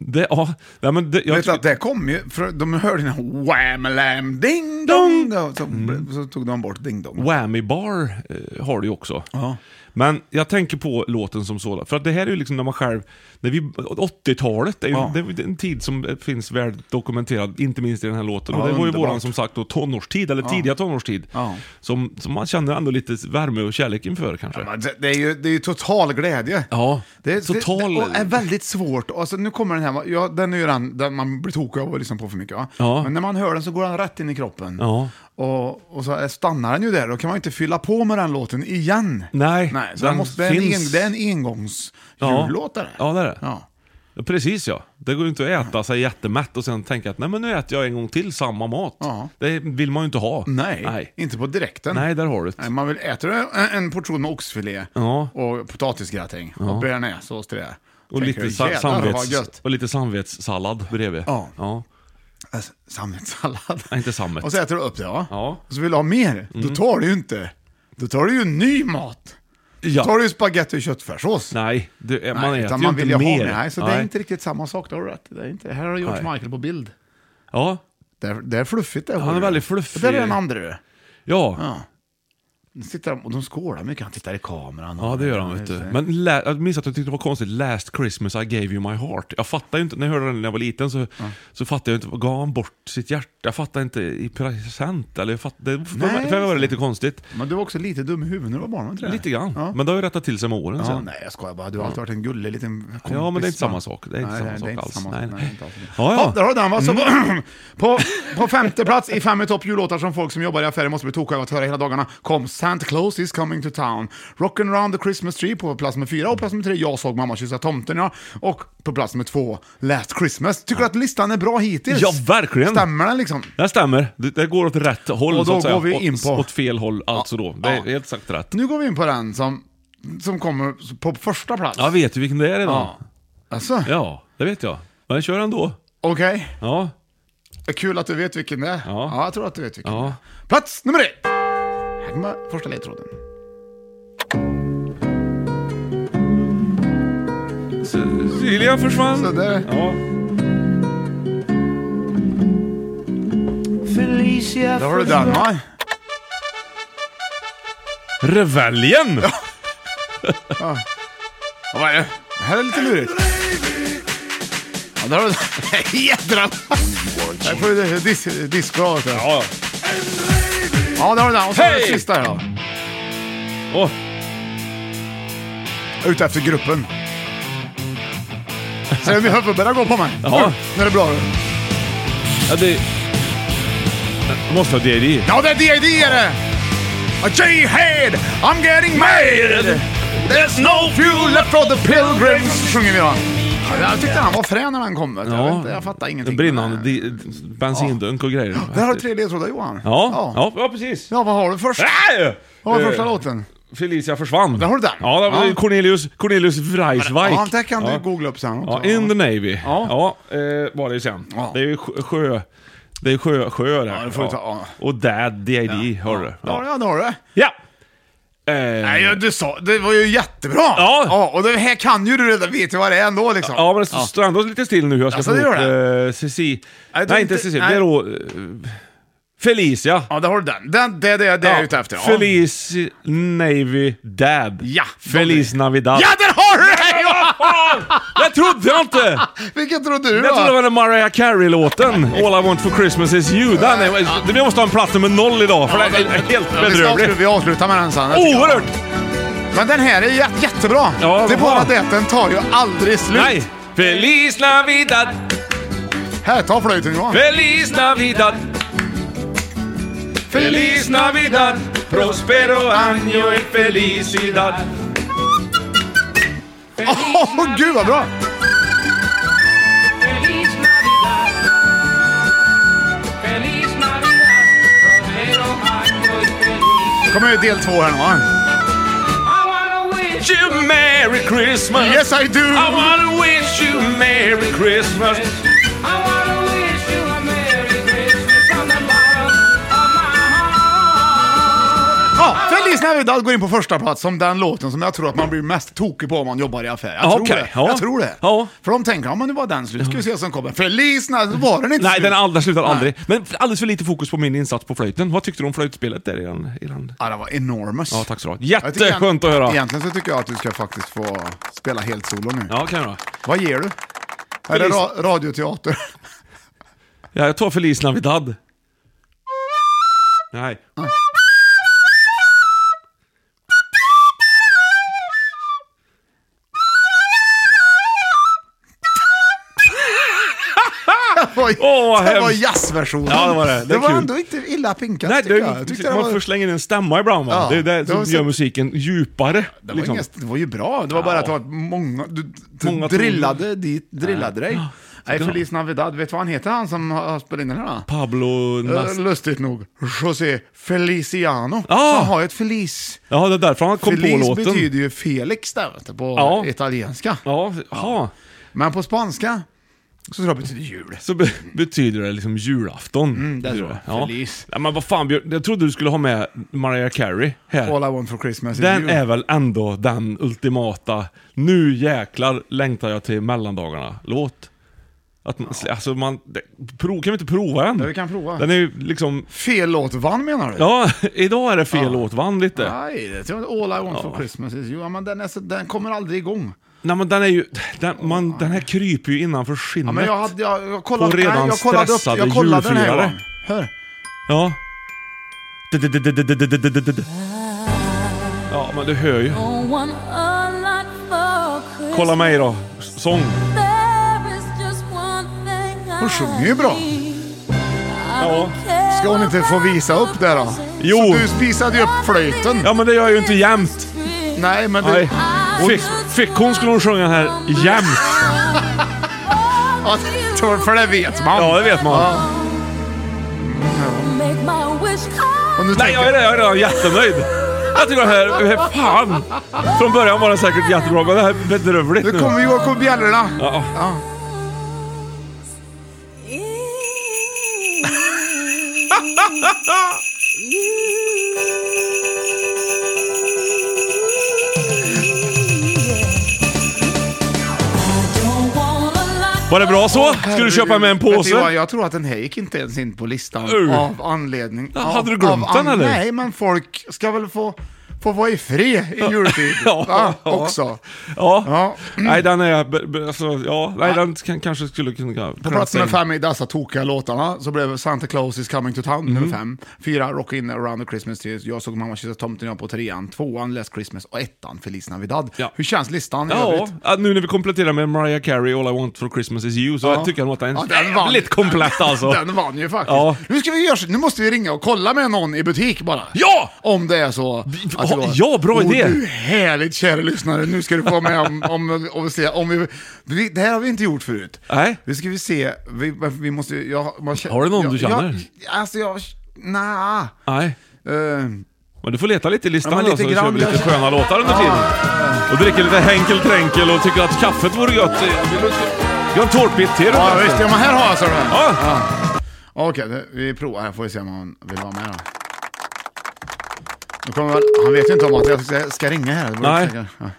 A: Det, ja, nej, men det, jag
B: Vet du
A: tycker-
B: att det kom ju, för de hörde den här Wham lam ding dong. Och Så,
A: Mm.
B: så tog de bort ding dong.
A: Whammy Bar eh, har du ju också.
B: Ja.
A: Men jag tänker på låten som sådan. För att det här är ju liksom när man själv... När vi, 80-talet är ju
B: Ja.
A: det är ju en tid som eh, finns väl dokumenterad, inte minst i den här låten.
B: Ja,
A: och det var ju
B: underbart.
A: våran som sagt då tonårstid, eller tidiga tonårstid.
B: Ja.
A: Som, som man känner ändå lite värme och kärlek inför kanske.
B: Men Det, det, är ju, det är ju total glädje.
A: Ja,
B: Det, är-
A: total-
B: det, det och är väldigt svårt. Alltså, nu kommer den här, ja, den är ju den, den man blir tokig av att lyssna på för mycket. Va?
A: Ja.
B: Men när man hör den så går den rätt in i kroppen.
A: Ja.
B: Och, och så stannar den ju där, då kan man ju inte fylla på med den låten igen.
A: Nej,
B: Nej så
A: den
B: den måste, det, är en,
A: finns.
B: en- det är en engångsjullåt det där.
A: Ja, det är det.
B: Ja.
A: Ja, Precis ja. Det går ju inte att äta sig jättemätt och sen tänka att nej men nu äter jag en gång till samma mat.
B: Ja.
A: Det vill man ju inte ha.
B: Nej,
A: Nej,
B: inte på direkten.
A: Nej, där har du det.
B: Nej, man vill äta en, en portion med oxfilé
A: Ja.
B: och potatisgratäng
A: Ja.
B: och bearnaisesås till det.
A: Och
B: Tänker,
A: lite, sa-
B: jävlar, vad
A: samvets,
B: gött.
A: och lite samvetssallad bredvid.
B: Ja.
A: ja.
B: Alltså, Sammetssallad.
A: Nej, inte sammet.
B: Och så äter du upp det, ja.
A: Ja. Mm.
B: Och så vill du ha mer, då tar du ju inte. Då tar du ju ny mat. Då
A: Ja.
B: tar du ju spagetti och köttfärssås.
A: Nej, det, man
B: Nej,
A: äter
B: utan
A: ju
B: man
A: inte
B: vill ju ha
A: mer.
B: mer. Nej, så det är inte riktigt samma sak, det har du rätt i. Det är inte. Här har du George
A: Nej.
B: Michael på bild.
A: Ja,
B: Det är, det är fluffigt det.
A: han är väldigt fluffig.
B: Det där är den andra du.
A: Ja. ja.
B: Ja. Nu Sitter de, och de skålar mycket, han tittar i kameran. och-
A: det gör han vet du. Men la, jag minns att jag tyckte det var konstigt. Last Christmas I gave you my heart. Jag fattar ju inte, när jag hörde den när jag var liten så, så fattade jag inte. Gav han bort sitt hjärta? Jag fattar inte i present eller? Jag fatt, det, för,
B: Nej.
A: mig, för mig var det lite konstigt.
B: Men du var också lite dum i huvudet när du var barn, var inte det?
A: Lite grann.
B: Ja.
A: Men det har ju rättat till sig med åren
B: Ja,
A: sen.
B: nej, jag skojar bara. Du har alltid varit en gullig liten kompis.
A: Ja, men det är inte
B: va?
A: samma sak. Det är inte samma sak alls.
B: samma
A: Nej, nej.
B: sak. Nej, inte alls.
A: Ja, ja.
B: Ja, där har du den va. Så på, på, på femte plats i fem i topp jullåtar som folk som jobbar i affärer måste bli tokiga av att höra hela dagarna kom Santa Santa Claus is coming to town. Rockin' round the Christmas tree på plats nummer fyra och plats nummer tre Jag såg mamma kyssa tomten ja. Och på plats nummer två Last Christmas. Tycker du att listan är bra hittills?
A: Ja, verkligen.
B: Stämmer den liksom?
A: Det stämmer. Det, det går åt rätt håll
B: Och då
A: så att säga.
B: går vi in
A: åt,
B: på-
A: åt fel håll alltså då. Det är helt sagt rätt.
B: Nu går vi in på den som, som kommer på första plats.
A: Jag vet ju vilken det är redan.
B: Alltså?
A: Ja, det vet jag. Men kör ändå.
B: Okej.
A: Ja.
B: Kul att du vet vilken det är. Ja. jag tror att du vet vilken
A: Ja.
B: det är. Plats nummer ett! Här kommer första ledtråden.
A: Silja försvann.
B: Sådär.
A: Ja.
C: Felicia
B: Där har du den va?
A: Reveljen!
B: Ja. Vad är det? Det här är lite lurigt. Ja, där har du den. Jädrar! Här får du dis disco av.
A: Ja,
B: ja. där har du den. Och så har du
A: Hej!
B: den sista här då.
A: Åh.
B: Ute efter gruppen. Ser du min huvud börjar gå på mig?
A: Ja.
B: Nu är det bra.
A: ja det... Jag måste ha DD.
B: Ja, det är det, det är det! J-Head, I'm getting mad! There's no fuel left for the pilgrims, sjunger vi då. Ja, Jag tyckte han var frän när han kom. vet du. Jag, vet inte, jag fattar ingenting.
A: Brinnande di- bensindunk och grejer.
B: Där har du tre ledtrådar Johan.
A: Ja, ja, ja precis.
B: Ja, vad har du först?
A: Nej!
B: Vad var
A: Eh,
B: första låten?
A: Felicia försvann.
B: Där har du den.
A: Ja, det var
B: Ja.
A: Cornelius, Cornelius Vreiswijk.
B: Ja, det kan du
A: Ja.
B: googla upp sen också.
A: Ja, In the Navy.
B: Ja.
A: Ja, eh, var det ju sen. Det är ju sjö- sjö... Det är sjö, sjö där.
B: Ja, det får du ta-
A: Och Dad, DID, hör du.
B: Där har du- Ja, där har du det.
A: Ja! Eh,
B: Nej, ja, du sa, det var ju jättebra!
A: Ja.
B: och det här kan ju du redan, vet ju vad det är ändå liksom.
A: Ja, men det står ändå lite still nu. Jag ska
B: Alltså,
A: få
B: det
A: ihop
B: gör
A: eh, Ceci... Nej,
B: Nej, det är
A: inte
B: inte-
A: Ceci. Det
B: nej.
A: är då... eh, Felicia.
B: Ja, där har du den. den det är det, det är jag är ute efter. Ja.
A: Feliz Navy Dad. Ja! Feliz Navidad.
B: Ja, där har du det!
A: Ja, fan! Det trodde jag inte!
B: Vilken trodde du då?
A: Jag trodde det var den Mariah Carey-låten, All I Want For Christmas Is You. Den är, vi måste ha en plats nummer noll idag, för den är helt
B: Ja, vi, ska avsluta,
A: bedrövlig.
B: vi avslutar med den sen.
A: Oerhört!
B: Men den här är jä- jättebra.
A: Ja,
B: det
A: vad bra.
B: är bara det att den tar ju aldrig slut.
A: Nej! Feliz Navidad,
B: Här, ta flöjten Johan.
A: Feliz Navidad, Feliz Navidad, Prospero Año y Felicidad.
B: Åh, gud vad bra! kommer ju del två här nu va?
A: Wish you Merry Christmas!
B: Yes I do!
A: I wanna wish you Merry Christmas!
B: Ja, Feliz Navidad går in på första plats som den låten som jag tror att man blir mest tokig på om man jobbar i affär. Jag
A: Ja,
B: tror
A: okej.
B: det.
A: Ja.
B: Jag tror det.
A: Ja.
B: För de tänker, ja men nu var den slut, ska vi se vad som kommer. Feliz Navidad, var den inte
A: Nej,
B: slut?
A: den all- den slutar aldrig. Men alldeles för lite fokus på min insats på flöjten. Vad tyckte du om flöjtspelet där i den? I den?
B: Ja, den var enormous.
A: Ja, tack så du
B: Jag tycker egent-
A: Jätteskönt att höra.
B: Egentligen så tycker jag att du ska faktiskt få spela helt solo nu.
A: Ja, kan jag då.
B: Vad ger du? Är det
A: Feliz-
B: ra- radioteater?
A: Ja, jag tar Feliz Navidad. Nej.
B: Oj,
A: Åh, vad
B: det var
A: hemskt.
B: jazzversionen.
A: Ja, det var det. Det är
B: var
A: kul.
B: ändå inte illa pinkat
A: Nej,
B: tycker
A: det,
B: jag. Jag tyckte det
A: man
B: var-
A: får slänga in en stämma ibland va?
B: Ja,
A: det är det
B: det var
A: som
B: så-
A: gör musiken djupare.
B: Det var,
A: liksom.
B: inga, det var ju bra, det var bara att det var många, du, du
A: Många
B: drillade
A: toner.
B: dit, drillade dig. Nej, Feliz Navidad, vet du vad han heter han som har spelat in den här? då?
A: Pablo Nas...
B: Eh, Lustigt nog, José Feliciano.
A: Ah!
B: Han har ju ett Feliz.
A: Ja, det är därför han kom
B: Feliz
A: på låten.
B: betyder ju Felix där vet du, på
A: Ja.
B: italienska.
A: Ja, ja.
B: Men på spanska så tror jag det betyder jul.
A: Så be betyder det liksom julafton.
B: Mm, det
A: Betyder
B: tror jag.
A: Ja.
B: Feliz.
A: Ja, men vad fan Björn, jag trodde du skulle ha med Mariah Carey här.
B: All I want for Christmas is
A: Den
B: you.
A: är väl ändå den ultimata, nu jäklar längtar jag till mellandagarna-låt. Att man, alltså man, det, prov, kan vi inte prova den?
B: Ja, vi kan prova.
A: Den är ju liksom,
B: Fel låt vann menar du?
A: ja, idag är det fel låt, vann lite.
B: Nej, det tror jag inte. All I want for Christmas is you. Ja, men den, är så, den kommer aldrig igång.
A: Nej men den är ju, den, man, den här kryper ju innanför skinnet.
B: Ja, men jag, hade, jag, jag kollade,
A: På redan
B: nej, jag kollade upp,
A: stressade
B: jag kollade den här
A: julfirare.
B: gången. Hör.
A: Ja. D-d-d-d-d-d-d-d-d-d. Ja men du hör ju. Kolla mig då, sång.
B: Hon sjunger ju bra.
A: Ja.
B: Ska hon inte få visa upp det då?
A: Jo.
B: Så du spisade ju upp flöjten.
A: Ja, men det gör jag ju inte jämt.
B: Nej, men det...
A: Nej. Fick, fick hon skulle hon sjunga den här jämt.
B: Ja, det- för det vet man.
A: Ja, det vet man.
H: Make my wish come
A: Nej, jag är, redan- jag är redan jättenöjd. Jag tycker det här, fan. Från början var den säkert jättebra, men det här är bedrövligt nu.
B: Nu kommer Joakim Bjällrorna.
A: Ja.
B: Ja.
A: Var det bra så? Skulle du köpa med en
B: Vet du vad,
A: påse?
B: jag tror att den här gick inte ens in på listan
A: Ur.
B: av anledning...
A: Ja,
B: av,
A: hade du glömt
B: av
A: den,
B: an-
A: eller?
B: Nej, men folk ska väl få, få vara i fred i jultid.
A: Ja.
B: Va? Också.
A: Ja. Nej, den är... b- b- Alltså, ja, nej, den kan, kanske skulle kunna...
B: På plats nummer fem i dessa tokiga låtarna så blev Santa Claus is coming to town
A: Mm.
B: nummer fem. Fyra, Rock in around the Christmas tree. Jag såg mamma kyssa tomten jag på trean. Tvåan, Last Christmas. Och ettan, Feliz Navidad. Hur känns listan i
A: Ja,
B: övrigt?
A: att nu när vi kompletterar med Mariah Carey All I Want For Christmas Is You så
B: Ja.
A: jag tycker jag att den
B: Ja,
A: är
B: den vann.
A: jävligt komplett alltså.
B: Den vann ju faktiskt.
A: Ja.
B: Nu, ska vi göra, så- nu måste vi ringa och kolla med någon i butik bara.
A: Ja!
B: Om det är så. att det
A: ja,
B: var-
A: ja, bra
B: Åh,
A: idé.
B: Du härligt kära lyssnare, nu ska du få med om, om, om, vi ser- om vi, vi... Det här har vi inte gjort förut.
A: Nej.
B: Nu ska vi se, vi, vi måste ju- jag, man,
A: Har du någon
B: jag,
A: du känner? Eh.
B: Jag, alltså jag... Nja...
A: Nej.
B: Uh,
A: Men du får leta lite i listan
B: Ja, men
A: då,
B: lite
A: så kör vi
B: grann.
A: lite sköna låtar under tiden. Och dricker lite Henkel Tränkel och tycker att kaffet vore gött. Gör en tårtbit till
B: ja
A: då.
B: visst, ja men här har jag så den.
A: Ja.
B: Okej, det- vi provar här, får vi se om han vill vara med då. Nu kommer väl, han vet ju inte om att jag ska- ska ringa här. Det vore
A: Nej.
B: säkert- ja.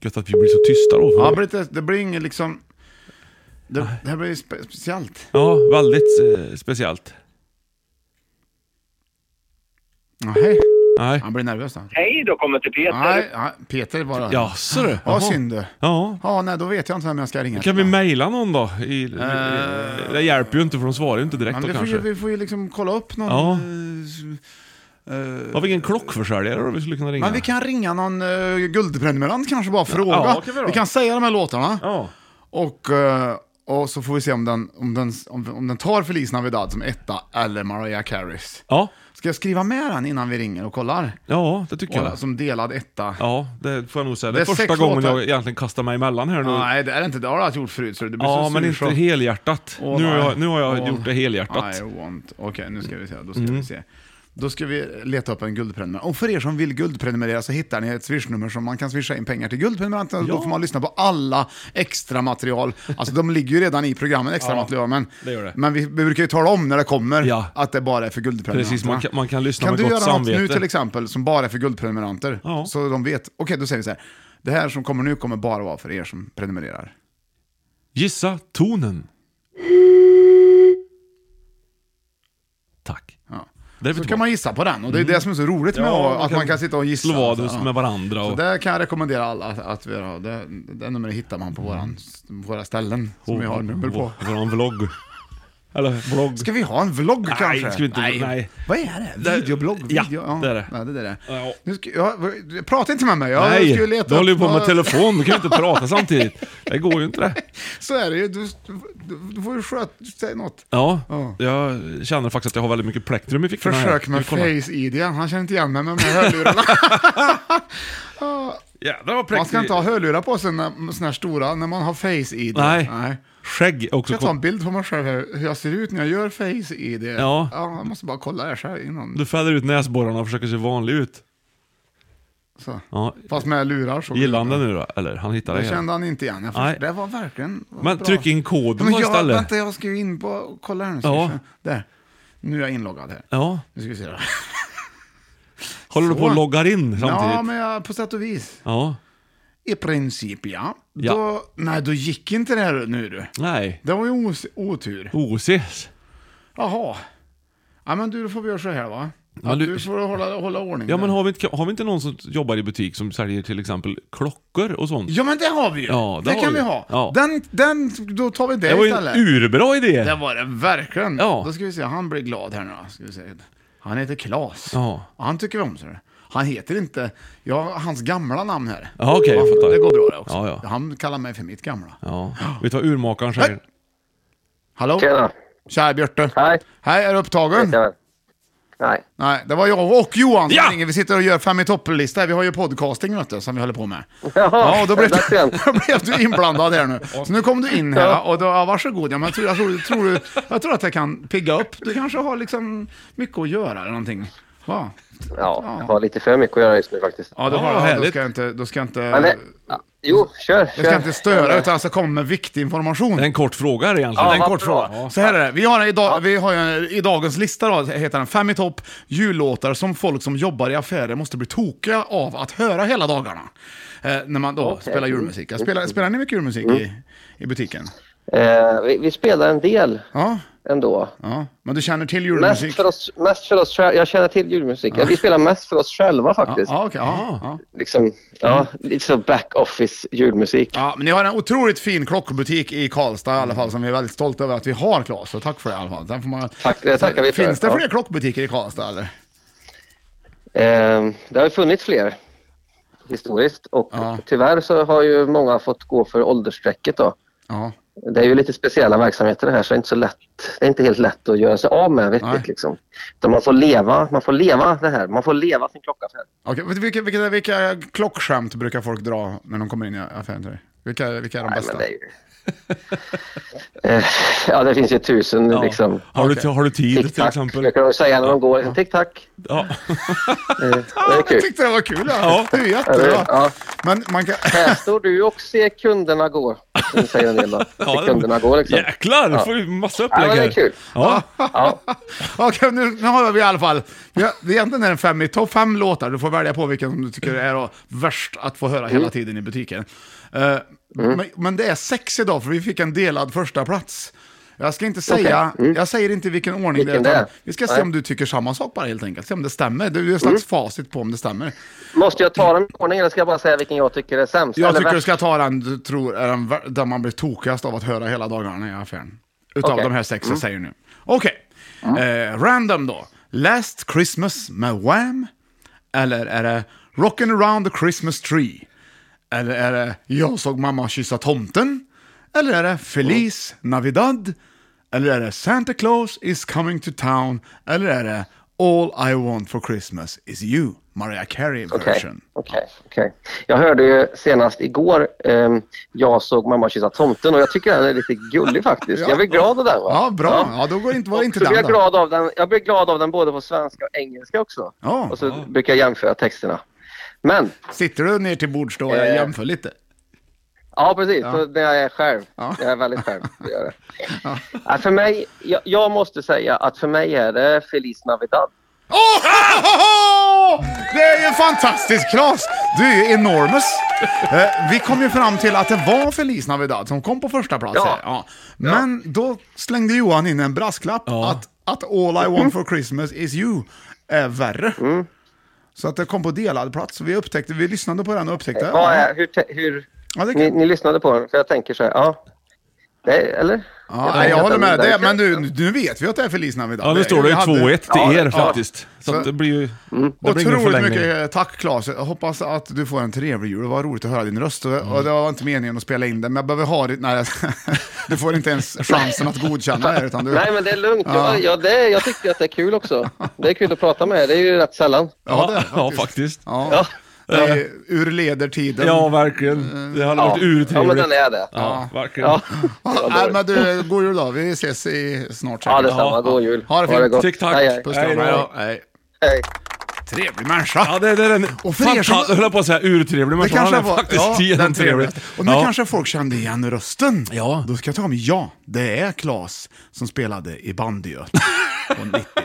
A: Gött att vi blir så tysta då.
B: Ja,
A: för-
B: det blir lite- det blir inget liksom... Det, det här blir spe, speciellt.
A: Ja, väldigt eh, speciellt.
B: Ja, hej.
A: Nej.
B: Han blir nervös då.
J: Hej, då kommer till Peter.
B: Nej, ja, Peter bara.
A: Jaså du?
B: Ja,
A: Jaha.
B: synd du.
A: Ja.
B: Ja, nej, då vet jag inte vem jag ska ringa.
A: Kan vi mejla någon då? I, det hjälper ju inte för de svarar ju inte direkt
B: Eh. Men
A: då
B: vi, får
A: kanske.
B: ju, vi får ju liksom kolla upp någon...
A: Ja.
B: eh, eh,
A: Har vi ingen klockförsäljare då vi skulle kunna ringa?
B: Men vi kan ringa någon eh, guldprenumerant kanske, bara fråga.
A: ja, kan vi
B: vi,
A: då.
B: kan säga de här låtarna.
A: Ja.
B: Och, eh, och så får vi se om den, om den, om, om den tar Feliz Navidad som etta eller Mariah Careys.
A: Ja.
B: Ska jag skriva med den innan vi ringer och kollar?
A: Ja, det tycker
B: Och,
A: jag.
B: som delad etta.
A: Ja, det får jag nog säga. Det
B: Det
A: är
B: är
A: första
B: sex
A: gången
B: låtar.
A: jag egentligen kastar mig emellan här nu.
B: Nej, det är det inte. Det har du alltid gjort förut. Så det blir
A: Ja,
B: så
A: men
B: sur
A: inte
B: chock.
A: helhjärtat.
B: Åh,
A: nu, har
B: nej.
A: jag, nu har jag
B: Åh.
A: gjort det helhjärtat.
B: I want. Okej, nu ska vi se. Då ska
A: Mm.
B: vi se. Då ska vi leta upp en guldprenumerant. Och för er som vill guldprenumerera så hittar ni ett swishnummer som man kan swisha in pengar till guldprenumeranten.
A: Ja.
B: Då får man lyssna på alla extra material. Alltså de ligger ju redan i programmen, extra
A: Ja,
B: material. Men,
A: det gör det.
B: men vi, vi brukar ju tala om när det kommer
A: Ja.
B: att det bara är för guldprenumeranterna.
A: Precis, man kan, man kan lyssna
B: Kan
A: med
B: du
A: gott
B: göra
A: samvete.
B: något nu till exempel som bara är för guldprenumeranter? Så de vet. Okej, då säger vi så här. Det här som kommer nu kommer bara vara för er som prenumererar.
A: Gissa tonen. Tack.
B: Ja.
A: Det är
B: Så
A: vi
B: kan man gissa på den och det är det som är så roligt med
A: Ja,
B: att-
A: man
B: att man
A: kan
B: kan sitta och gissa.
A: slå vad
B: alltså, ja.
A: med varandra
B: Så
A: och-
B: det kan jag rekommendera alla att, att vi har. Det, det numret hittar man på våran, våra ställen som vi har nummer på.
A: Vår, vår vlogg. Eller vlogg.
B: Ska vi ha en vlogg
A: Nej,
B: kanske?
A: ska vi inte- nej.
B: Vad är
A: Det-
B: det? Videoblogg?
A: ja,
B: Video?
A: det är det.
B: Ja, det är det.
A: Ja.
B: Nu ska, ja, v- prata inte med mig, jag
A: Nej,
B: ska ju leta
A: du håller ju
B: upp
A: på med
B: några-
A: telefon. Du kan ju inte prata samtidigt. Det går ju inte det.
B: Så är det ju, du, du, du får ju sköta, säg något.
A: Ja,
B: Ja.
A: jag känner faktiskt att jag har väldigt mycket plektrum i fickorna här.
B: Försök
A: Ska vi
B: med
A: kolla?
B: face-id, han känner inte igen mig med de här hörlurarna.
A: Jädrar vad
B: Man ska
A: plektrum.
B: inte ha hörlurar på sig när, såna här stora, när man har face-id.
A: Nej.
B: Nej.
A: Skägg är också.
B: Jag ska ta
A: kom-
B: en bild på mig själv här, hur jag ser ut när jag gör face-id.
A: Ja.
B: jag måste bara kolla här själv innan.
A: Du fäller ut näsborrarna och försöker se vanlig ut.
B: Så.
A: Ja.
B: Fast med lurar så.
A: Gillar han det nu då? Eller han hittar det
B: Det
A: igen.
B: kände han inte igen. Jag förstår-
A: Nej.
B: Det var verkligen vad
A: Men
B: bra.
A: tryck in koden
B: Men
A: då
B: jag,
A: istället.
B: Vänta, jag ska ju in på, kolla här nu. ska
A: Ja.
B: vi se. Där. Nu är jag inloggad här.
A: Ja.
B: Nu ska vi se då.
A: Håller du på
B: Så.
A: att loggar in samtidigt?
B: Ja, men jag, på sätt och vis.
A: Ja.
B: I princip ja.
A: Ja.
B: Då, nej, då gick inte det här nu du.
A: Nej.
B: Det var ju os- otur.
A: OCS.
B: Jaha. Ja men du, då får vi göra så här va?
A: Ja,
B: Att
A: du-
B: du... får hålla, hålla ordning.
A: Ja
B: där.
A: men har vi, inte, har vi inte någon som jobbar i butik som säljer till exempel klockor och sånt?
B: ja men det har vi ju!
A: Ja, det
B: det
A: har
B: kan
A: vi.
B: vi ha.
A: Ja.
B: Den, den, då tar vi det,
A: Det var ju
B: istället.
A: en urbra idé!
B: Det var det verkligen.
A: Ja.
B: Då ska vi se, han blir glad här nu då. Ska vi se. Han heter Klas.
A: Ja.
B: Och Han tycker vi om. Så det. Han heter inte, jag har hans gamla namn här.
A: Ja, okej, jag fattar.
B: Det går bra det också.
A: Ja, ja.
B: Han kallar mig för mitt gamla.
A: Ja. Vet du vad urmakaren säger?
B: Hallå? Tjena. Tja, Björte. Hej. Hej, är du upptagen? Nej. Nej, det var jag och Johan som ringer. Vi sitter och gör fem i topp-lista. Vi har ju podcasting vet du, som vi håller på med. Ja, och då blev,
J: där ser
B: du,
J: jag.
B: då blev du inblandad här nu. Så nu kom du in här
J: Ja.
B: och då, ja, varsågod. Ja, men jag, tror, jag, tror, tror, du- jag tror att jag kan pigga upp. Du kanske har liksom mycket att göra eller någonting. Ja,
J: Ja, jag har lite för mycket att göra just nu faktiskt.
B: ja, då, har, ja då ska jag inte... Då ska jag inte
J: Men det- ja, jo, kör,
B: Jag ska
J: kör.
B: inte störa utan jag ska komma med viktig information. Det är en kort fråga egentligen. Ja, det är en
J: Ja,
B: kort
J: vad bra.
B: fråga. Så här är det. Vi har, en idag, vi har ju en, i dagens lista då, heter den Fem i topp, jullåtar som folk som jobbar i affärer måste bli tokiga av att höra hela dagarna. Eh, när man då
J: Okej.
B: spelar julmusik. Jag Spelar,
J: Mm.
B: spelar ni mycket julmusik i, i butiken?
J: Eh, vi, vi spelar en del
B: ja.
J: ändå.
B: Ja, men du känner till
J: Mest
B: julmusik?
J: för oss, mest för oss själva. Jag känner till julmusik.
B: Ja.
J: Vi spelar mest för oss själva faktiskt.
B: Ja, okej, ja, ja.
J: Liksom, ja, lite så back-office julmusik.
B: Ja, men ni har en otroligt fin klockbutik i Karlstad i alla fall som vi är väldigt stolta över att vi har Claes. Så tack för det i alla fall. Sen får man...
J: Tack, det tackar vi för.
B: Finns det
J: Ja.
B: fler klockbutiker i Karlstad eller?
J: Eh, det har ju funnits fler historiskt och tyvärr så har ju många fått gå för åldersstrecket då.
B: Ja.
J: Det är ju lite speciella verksamheter det här så det är inte, så lätt, det är inte helt lätt att göra sig av med riktigt. Liksom. Utan man får leva, man får leva det här, man får leva sin klocka. För.
B: Okej, vet du vilka, vilka, vilka klockskämt brukar folk dra när de kommer in i affären till dig? Vilka, vilka är de bästa?
J: men det är Eh, ja, det finns ju tusen
B: Ja.
J: liksom.
A: Har du- har du tid,
J: Tic-tac,
A: till exempel?
J: brukar de säga när de går. Liksom, Tick-tack.
A: Ja.
J: Det är kul.
B: Jag tyckte det var kul.
J: Ja.
B: Ja. Det är ju jättebra.
J: Ja.
B: Men man kan...
J: Här står du och ser kunderna gå. som Säger en del då.
A: Ja,
J: Ser kunderna gå liksom.
A: Jäklar,
J: Ja.
A: får ju massa
J: Ja,
A: upplägg
J: men det är
A: här.
J: kul.
A: Ja.
B: Okej, nu, nu har vi i alla fall... Vi har, det är egentligen är en fem i topp fem låtar. Du får välja på vilken som du tycker är då, värst att få höra hela
J: Mm.
B: tiden i butiken. Eh, men, men det är sex idag, för vi fick en delad första plats. Jag ska inte säga...
J: Okej. Mm.
B: Jag säger inte i vilken ordning
J: Vilken
B: det är.
J: det
B: utan
J: är.
B: Vi ska se
J: Nej. Mm.
B: om du tycker samma sak bara helt enkelt. Se om det stämmer. Det är ju ett slags facit på om det stämmer.
J: Måste jag ta dem i ordning eller ska jag bara säga vilken jag tycker är sämst?
B: Jag
J: Eller
B: tycker du
J: värst?
B: ska ta den du tror är den, vär- den man blir tokigast av att höra hela dagarna i affären. Utav
J: Okej.
B: de här sex jag
J: Mm.
B: säger nu. Okej, eh, random då. Last Christmas med Wham? Eller är det Rockin' around the Christmas tree? Eller är det Jag såg mamma kyssa tomten? Eller är det Feliz
J: Mm.
B: Navidad? Eller är det Santa Claus is coming to town? Eller är det All I want for Christmas is you, Mariah Carey
J: Okej,
B: version?
J: okej, okej. Jag hörde ju senast igår, ehm, jag såg mamma kyssa tomten och jag tycker den är lite gullig faktiskt.
B: Ja.
J: Jag blir glad av den. Va?
B: Ja, bra. Ja, då går inte, var
J: Så
B: inte
J: blir
B: den
J: jag,
B: då.
J: glad av den, jag blir glad av den både på svenska och engelska också.
B: Ja.
J: och så brukar jag jämföra texterna. Men,
B: Sitter du ner till bords då och
J: Eh.
B: jämför lite?
J: ja precis,
B: Ja.
J: Så när jag är själv. när Jag är väldigt själv. så gör jag det. Ja, för mig, jag, jag måste säga att för mig är det Feliz Navidad.
B: Oh, Det är ju fantastiskt Claes! Du är ju enormous. Eh, vi kom ju fram till att det var Feliz Navidad som kom på första plats.
J: Ja.
B: Här. Ja. Men då slängde Johan in en brasklapp att, att All I want for Christmas is you är värre.
J: Mm.
B: Så att det kom på delad plats. Vi, upptäckte, vi lyssnade på den och upptäckte...
J: Vad
B: ja.
J: är, hur, te- hur,
B: Ja, det kan-
J: ni, ni lyssnade på den, för jag tänker så här, ja. Det, eller?
B: Ja, jag,
J: tänker
B: jag
J: att
B: håller
J: den-
B: med dig,
J: den-
B: men nu, nu vet vi att det är Feliz Navidad.
A: Ja, nu står det ju
B: vi hade-
A: 2-1 till
B: Ja,
A: er
B: ja.
A: faktiskt. Så att det blir ju... Det blir ingen
B: Otroligt
A: förlängning.
B: mycket eh, tack Claes. Jag hoppas att du får en trevlig jul. Det var roligt att höra din röst. Och,
A: Mm.
B: och det var inte meningen att spela in det, men jag behöver ha ditt... Nej, du får inte ens chansen att godkänna det. Utan du...
J: Nej, men det är lugnt.
B: Ja.
J: Jag, jag, det, jag tycker att det är kul också. Det är kul att prata med er. Det är ju rätt sällan.
B: Ja, det är
A: Ja, faktiskt.
B: Ja. Det är ur ledertiden.
A: Ja, verkligen. Det hade
B: Ja.
A: varit urtrevligt.
B: Ja, men den är det.
A: Ja,
B: Ja.
A: verkligen.
B: Ja. Nej, men du, god jul då. Vi ses i snart
A: Ja, detsamma. God jul.
B: Ha det
A: Ha det
B: fint.
A: gott. Tick, tack. Hej, hej.
B: Puss
A: Hej
B: då.
A: då.
B: Hej då. Hej. Trevlig människa.
A: Ja, det, det är den.
B: Och för er som-
A: Fanta- höll jag på att säga urtrevlig, men
B: Det
A: han
B: kanske
A: är
B: var
A: faktiskt
B: ja, den
A: genomtrevlig.
B: trevligaste. Och nu
A: Ja.
B: kanske folk kände igen rösten. Ja. Då ska jag ta mig ja, det är Claes som spelade i bandyet.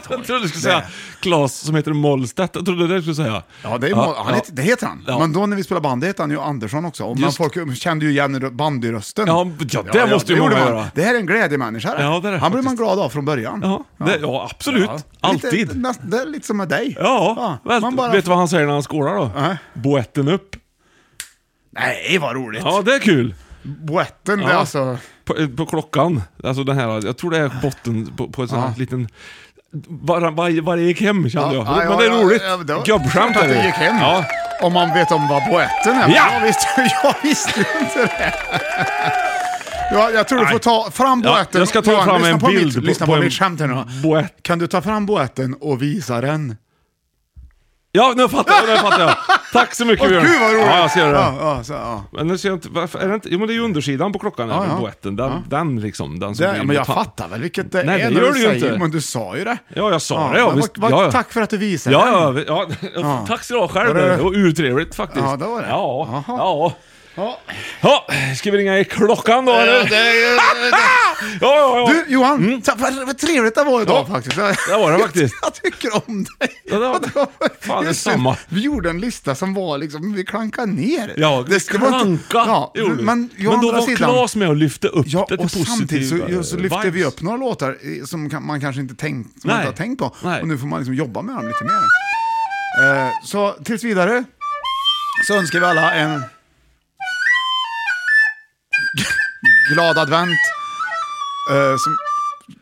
A: Jag trodde du skulle säga Claes som heter Mollstedt. Jag trodde det du skulle säga.
B: Ja, det, är, må- han heter, det heter han.
A: Ja.
B: Men då när vi spelade bandy hette han ju Andersson också. Och men
A: Just.
B: folk kände ju igen rö- bandyrösten.
A: Ja, ja, det måste ju
B: gjorde
A: många
B: man.
A: göra.
B: Det här är en glädjemänniska.
A: Ja, det är det
B: han blir man glad av från början. Ja,
A: Det, ja, absolut. Alltid.
B: Lite, näst, det är lite som med dig.
A: Ja, väl,
B: man bara-
A: vet du vad han säger när han skålar då? Boetten upp.
B: Nej, vad roligt.
A: Ja, det är kul.
B: Boetten, det är alltså...
A: På, eh, på klockan. Alltså den här, jag tror det är botten på, på en sån här
B: Ja.
A: liten... Bara, varje, varje gick hem kände jag.
B: Ja,
A: Men det är
B: ja,
A: roligt.
B: ja, det var
A: Gubbskämt
B: klart
A: är
B: att det gick hem.
A: Ja.
B: Om man vet om vad boetten är.
A: Ja!
B: Jag visste, jag visste ju inte det. Ja, jag tror du
A: Nej.
B: får ta fram
A: Ja,
B: boetten.
A: jag ska ta fram
B: lyssna
A: en
B: på
A: bild
B: Mitt,
A: på-
B: lyssna
A: på
B: på,
A: en
B: mitt skämt här nu. Kan du ta fram boetten och visa den?
A: Ja, nu fattar jag, nu fattar jag. Tack så mycket
B: Åh,
A: Björn.
B: gud, vad roligt.
A: Ja, jag ser det.
B: Ja, ja, så, ja.
A: Men nu ser jag inte, varför, är det inte, jo men det är ju undersidan på klockan här,
B: Ja, ja.
A: med boetten. Den,
B: Ja.
A: den liksom, den som
B: Det,
A: blir
B: men jag
A: mot hand.
B: fattar väl vilket det
A: Nej,
B: är
A: det
B: när
A: gör du ju
B: säger,
A: inte.
B: Men du sa ju det.
A: Ja, jag sa det. Ja,
B: men
A: visst,
B: vad- vad-
A: ja, ja.
B: Tack för att du visade
A: Ja,
B: den.
A: ja, vi- ja,
B: Ja.
A: tack ska du ha själv.
B: Var det-
A: Det var urtrevligt faktiskt.
B: Ja, det var det.
A: Ja, ja. Ja. ska vi ringa i klockan då eller?
B: Ja, det är-
A: ja, ja, ja. Mm.
B: Du Johan, ta, vad, vad trevligt det var idag
A: Ja.
B: faktiskt.
A: Det var det faktiskt.
B: Jag tycker om dig.
A: Ja, det var- Fan,
B: Just
A: detsamma.
B: Vi gjorde en lista som var liksom, vi klankade ner.
A: Ja, det
B: det var inte-
A: klanka
B: ja,
A: gjorde vi.
B: men, å
A: men då
B: andra
A: var
B: sidan-
A: Claes med och lyfte upp
B: Ja,
A: det till
B: och samtidigt så,
A: positiva
B: ja, så lyfter vi
A: vibes.
B: upp några låtar eh, som kan- man kanske inte, tänkt, som man
A: Nej.
B: inte har tänkt på.
A: Nej.
B: Och nu får man liksom jobba med dem lite mer. Eh, så tills vidare så önskar vi alla en glad advent. Eh, som,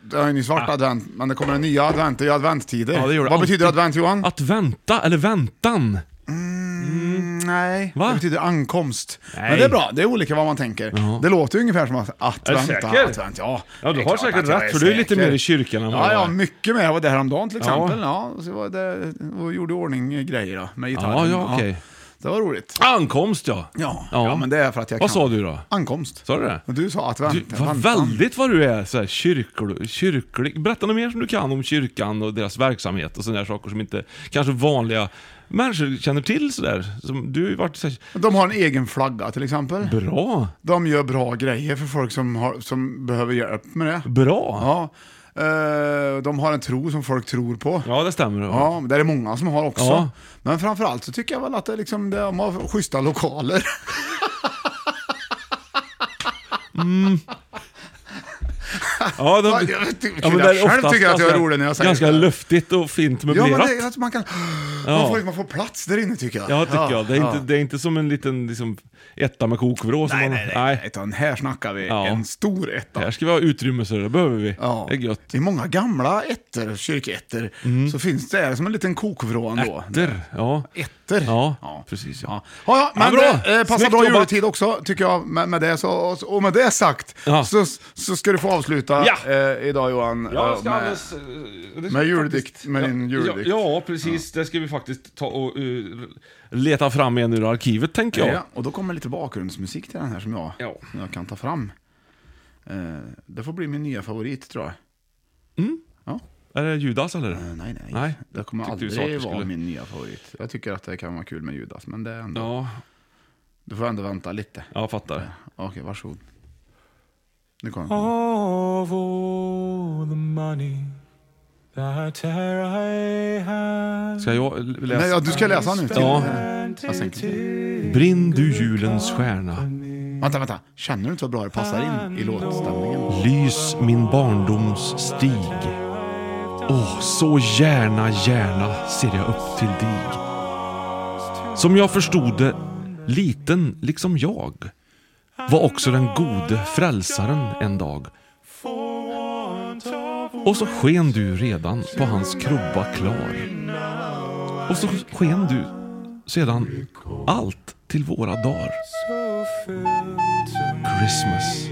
B: det har ju nyss varit advent, men det kommer en nya advent. Det är ju adventtider.
A: Ja, det gör det
B: Vad betyder
A: alltid.
B: advent Johan?
A: Att vänta, eller väntan.
B: Mm, nej,
A: Va?
B: det betyder ankomst.
A: Nej.
B: Men det är bra, det är olika vad man tänker. Det låter ju ungefär som att, att
A: Är du
B: vänta,
A: säker?
B: att vänta. Ja,
A: Ja,
B: det
A: du
B: är
A: har
B: klart
A: säkert
B: att jag
A: rätt för du är lite
B: säker.
A: mer i kyrkan än vad
B: Ja,
A: jag
B: ja,
A: var.
B: mycket mer. Jag var där häromdagen till
A: Ja.
B: exempel. Ja. så var det, och gjorde i ordning eh, grejer då, med gitarren.
A: Ja, ja, okej.
B: Det var roligt.
A: Ankomst ja.
B: Ja, ja. men det är för att jag
A: Vad
B: kan.
A: sa du då?
B: Ankomst.
A: Sa du det?
B: Och du sa att
A: Du,
B: vänta,
A: vad
B: vänta.
A: väldigt vad du är så här, kyrklig, kyrklig. Berätta något mer som du kan om kyrkan och deras verksamhet och sådana där saker som inte kanske vanliga människor känner till sådär. Som, du har ju varit så här,
B: De har en egen flagga till exempel.
A: bra,
B: De gör bra grejer för folk som, har, som behöver hjälp med det.
A: bra.
B: Ja. Eh, de har en tro som folk tror på.
A: Ja, det stämmer.
B: Ja, men det är det många som har också.
A: Ja.
B: Men framförallt så tycker jag väl att det är liksom, det- de har schyssta lokaler.
A: Ja, de,
B: Ja, jag vet inte, jag själv
A: oftast
B: tycker att jag är
A: ganska-
B: rolig när jag säger
A: Ganska
B: det.
A: luftigt och fint
B: Ja, men
A: möblerat.
B: det, är att man, kan,
A: Ja.
B: man, får, man får plats där inne tycker jag.
A: Ja, tycker jag. Det är,
B: ja.
A: inte, det är inte som en liten liksom, etta med kokvrå. som
B: Nej,
A: man,
B: nej, nej, nej. Utan här snackar vi
A: Ja.
B: en stor etta.
A: Här ska vi ha utrymme så det behöver vi.
B: Ja.
A: Det är gött. Mm.
B: I många gamla ettor, kyrkeettor, så finns det här som en liten kokvrå ändå.
A: Ettor, ja.
B: Ettor.
A: Ja, precis ja.
B: Ja, ja, men
A: Ja, bra.
B: det eh, passar
A: Snyggt
B: bra
A: jobbat.
B: juletid också, tycker jag. Med, med det så, och, och med det sagt
A: Ja.
B: så, så ska du få avsluta
A: Ja.
B: eh, idag Johan. eh, med, med juldikt, med din juldikt.
A: Ja, ja precis. Det ska vi faktiskt ta och eh, leta fram igen ur arkivet, tänker jag.
B: Ja, och då kommer lite bakgrundsmusik till den här som jag,
A: Ja.
B: som jag kan ta fram. Eh, det får bli min nya favorit tror jag.
A: Är det Judas, eller?
B: Eh, nej, nej.
A: Mm. Nej,
B: Det kommer
A: tyckte du
B: aldrig
A: sa att du
B: vara
A: skulle.
B: min nya favorit. Jag tycker att det kan vara kul med Judas, men det är ändå...
A: Ja,
B: Du får ändå vänta lite.
A: jag fattar.
B: Okej, varsågod. Nu kommer den.
C: Of all the money that I have
A: Ska jag l- läsa?
B: Nej, ja, du ska läsa nu. Till.
A: Ja.
B: Jag sänker.
A: Brinn du julens stjärna,
B: Vänta, vänta. Känner du inte vad bra det passar in i låtstämningen?
A: lys min barndoms stig. Åh, så gärna, gärna ser jag upp till dig. Som jag förstod det, liten liksom jag, var också den gode frälsaren en dag. Och så sken du redan på hans krubba klar. Och så sken du sedan allt till våra dagar. Christmas.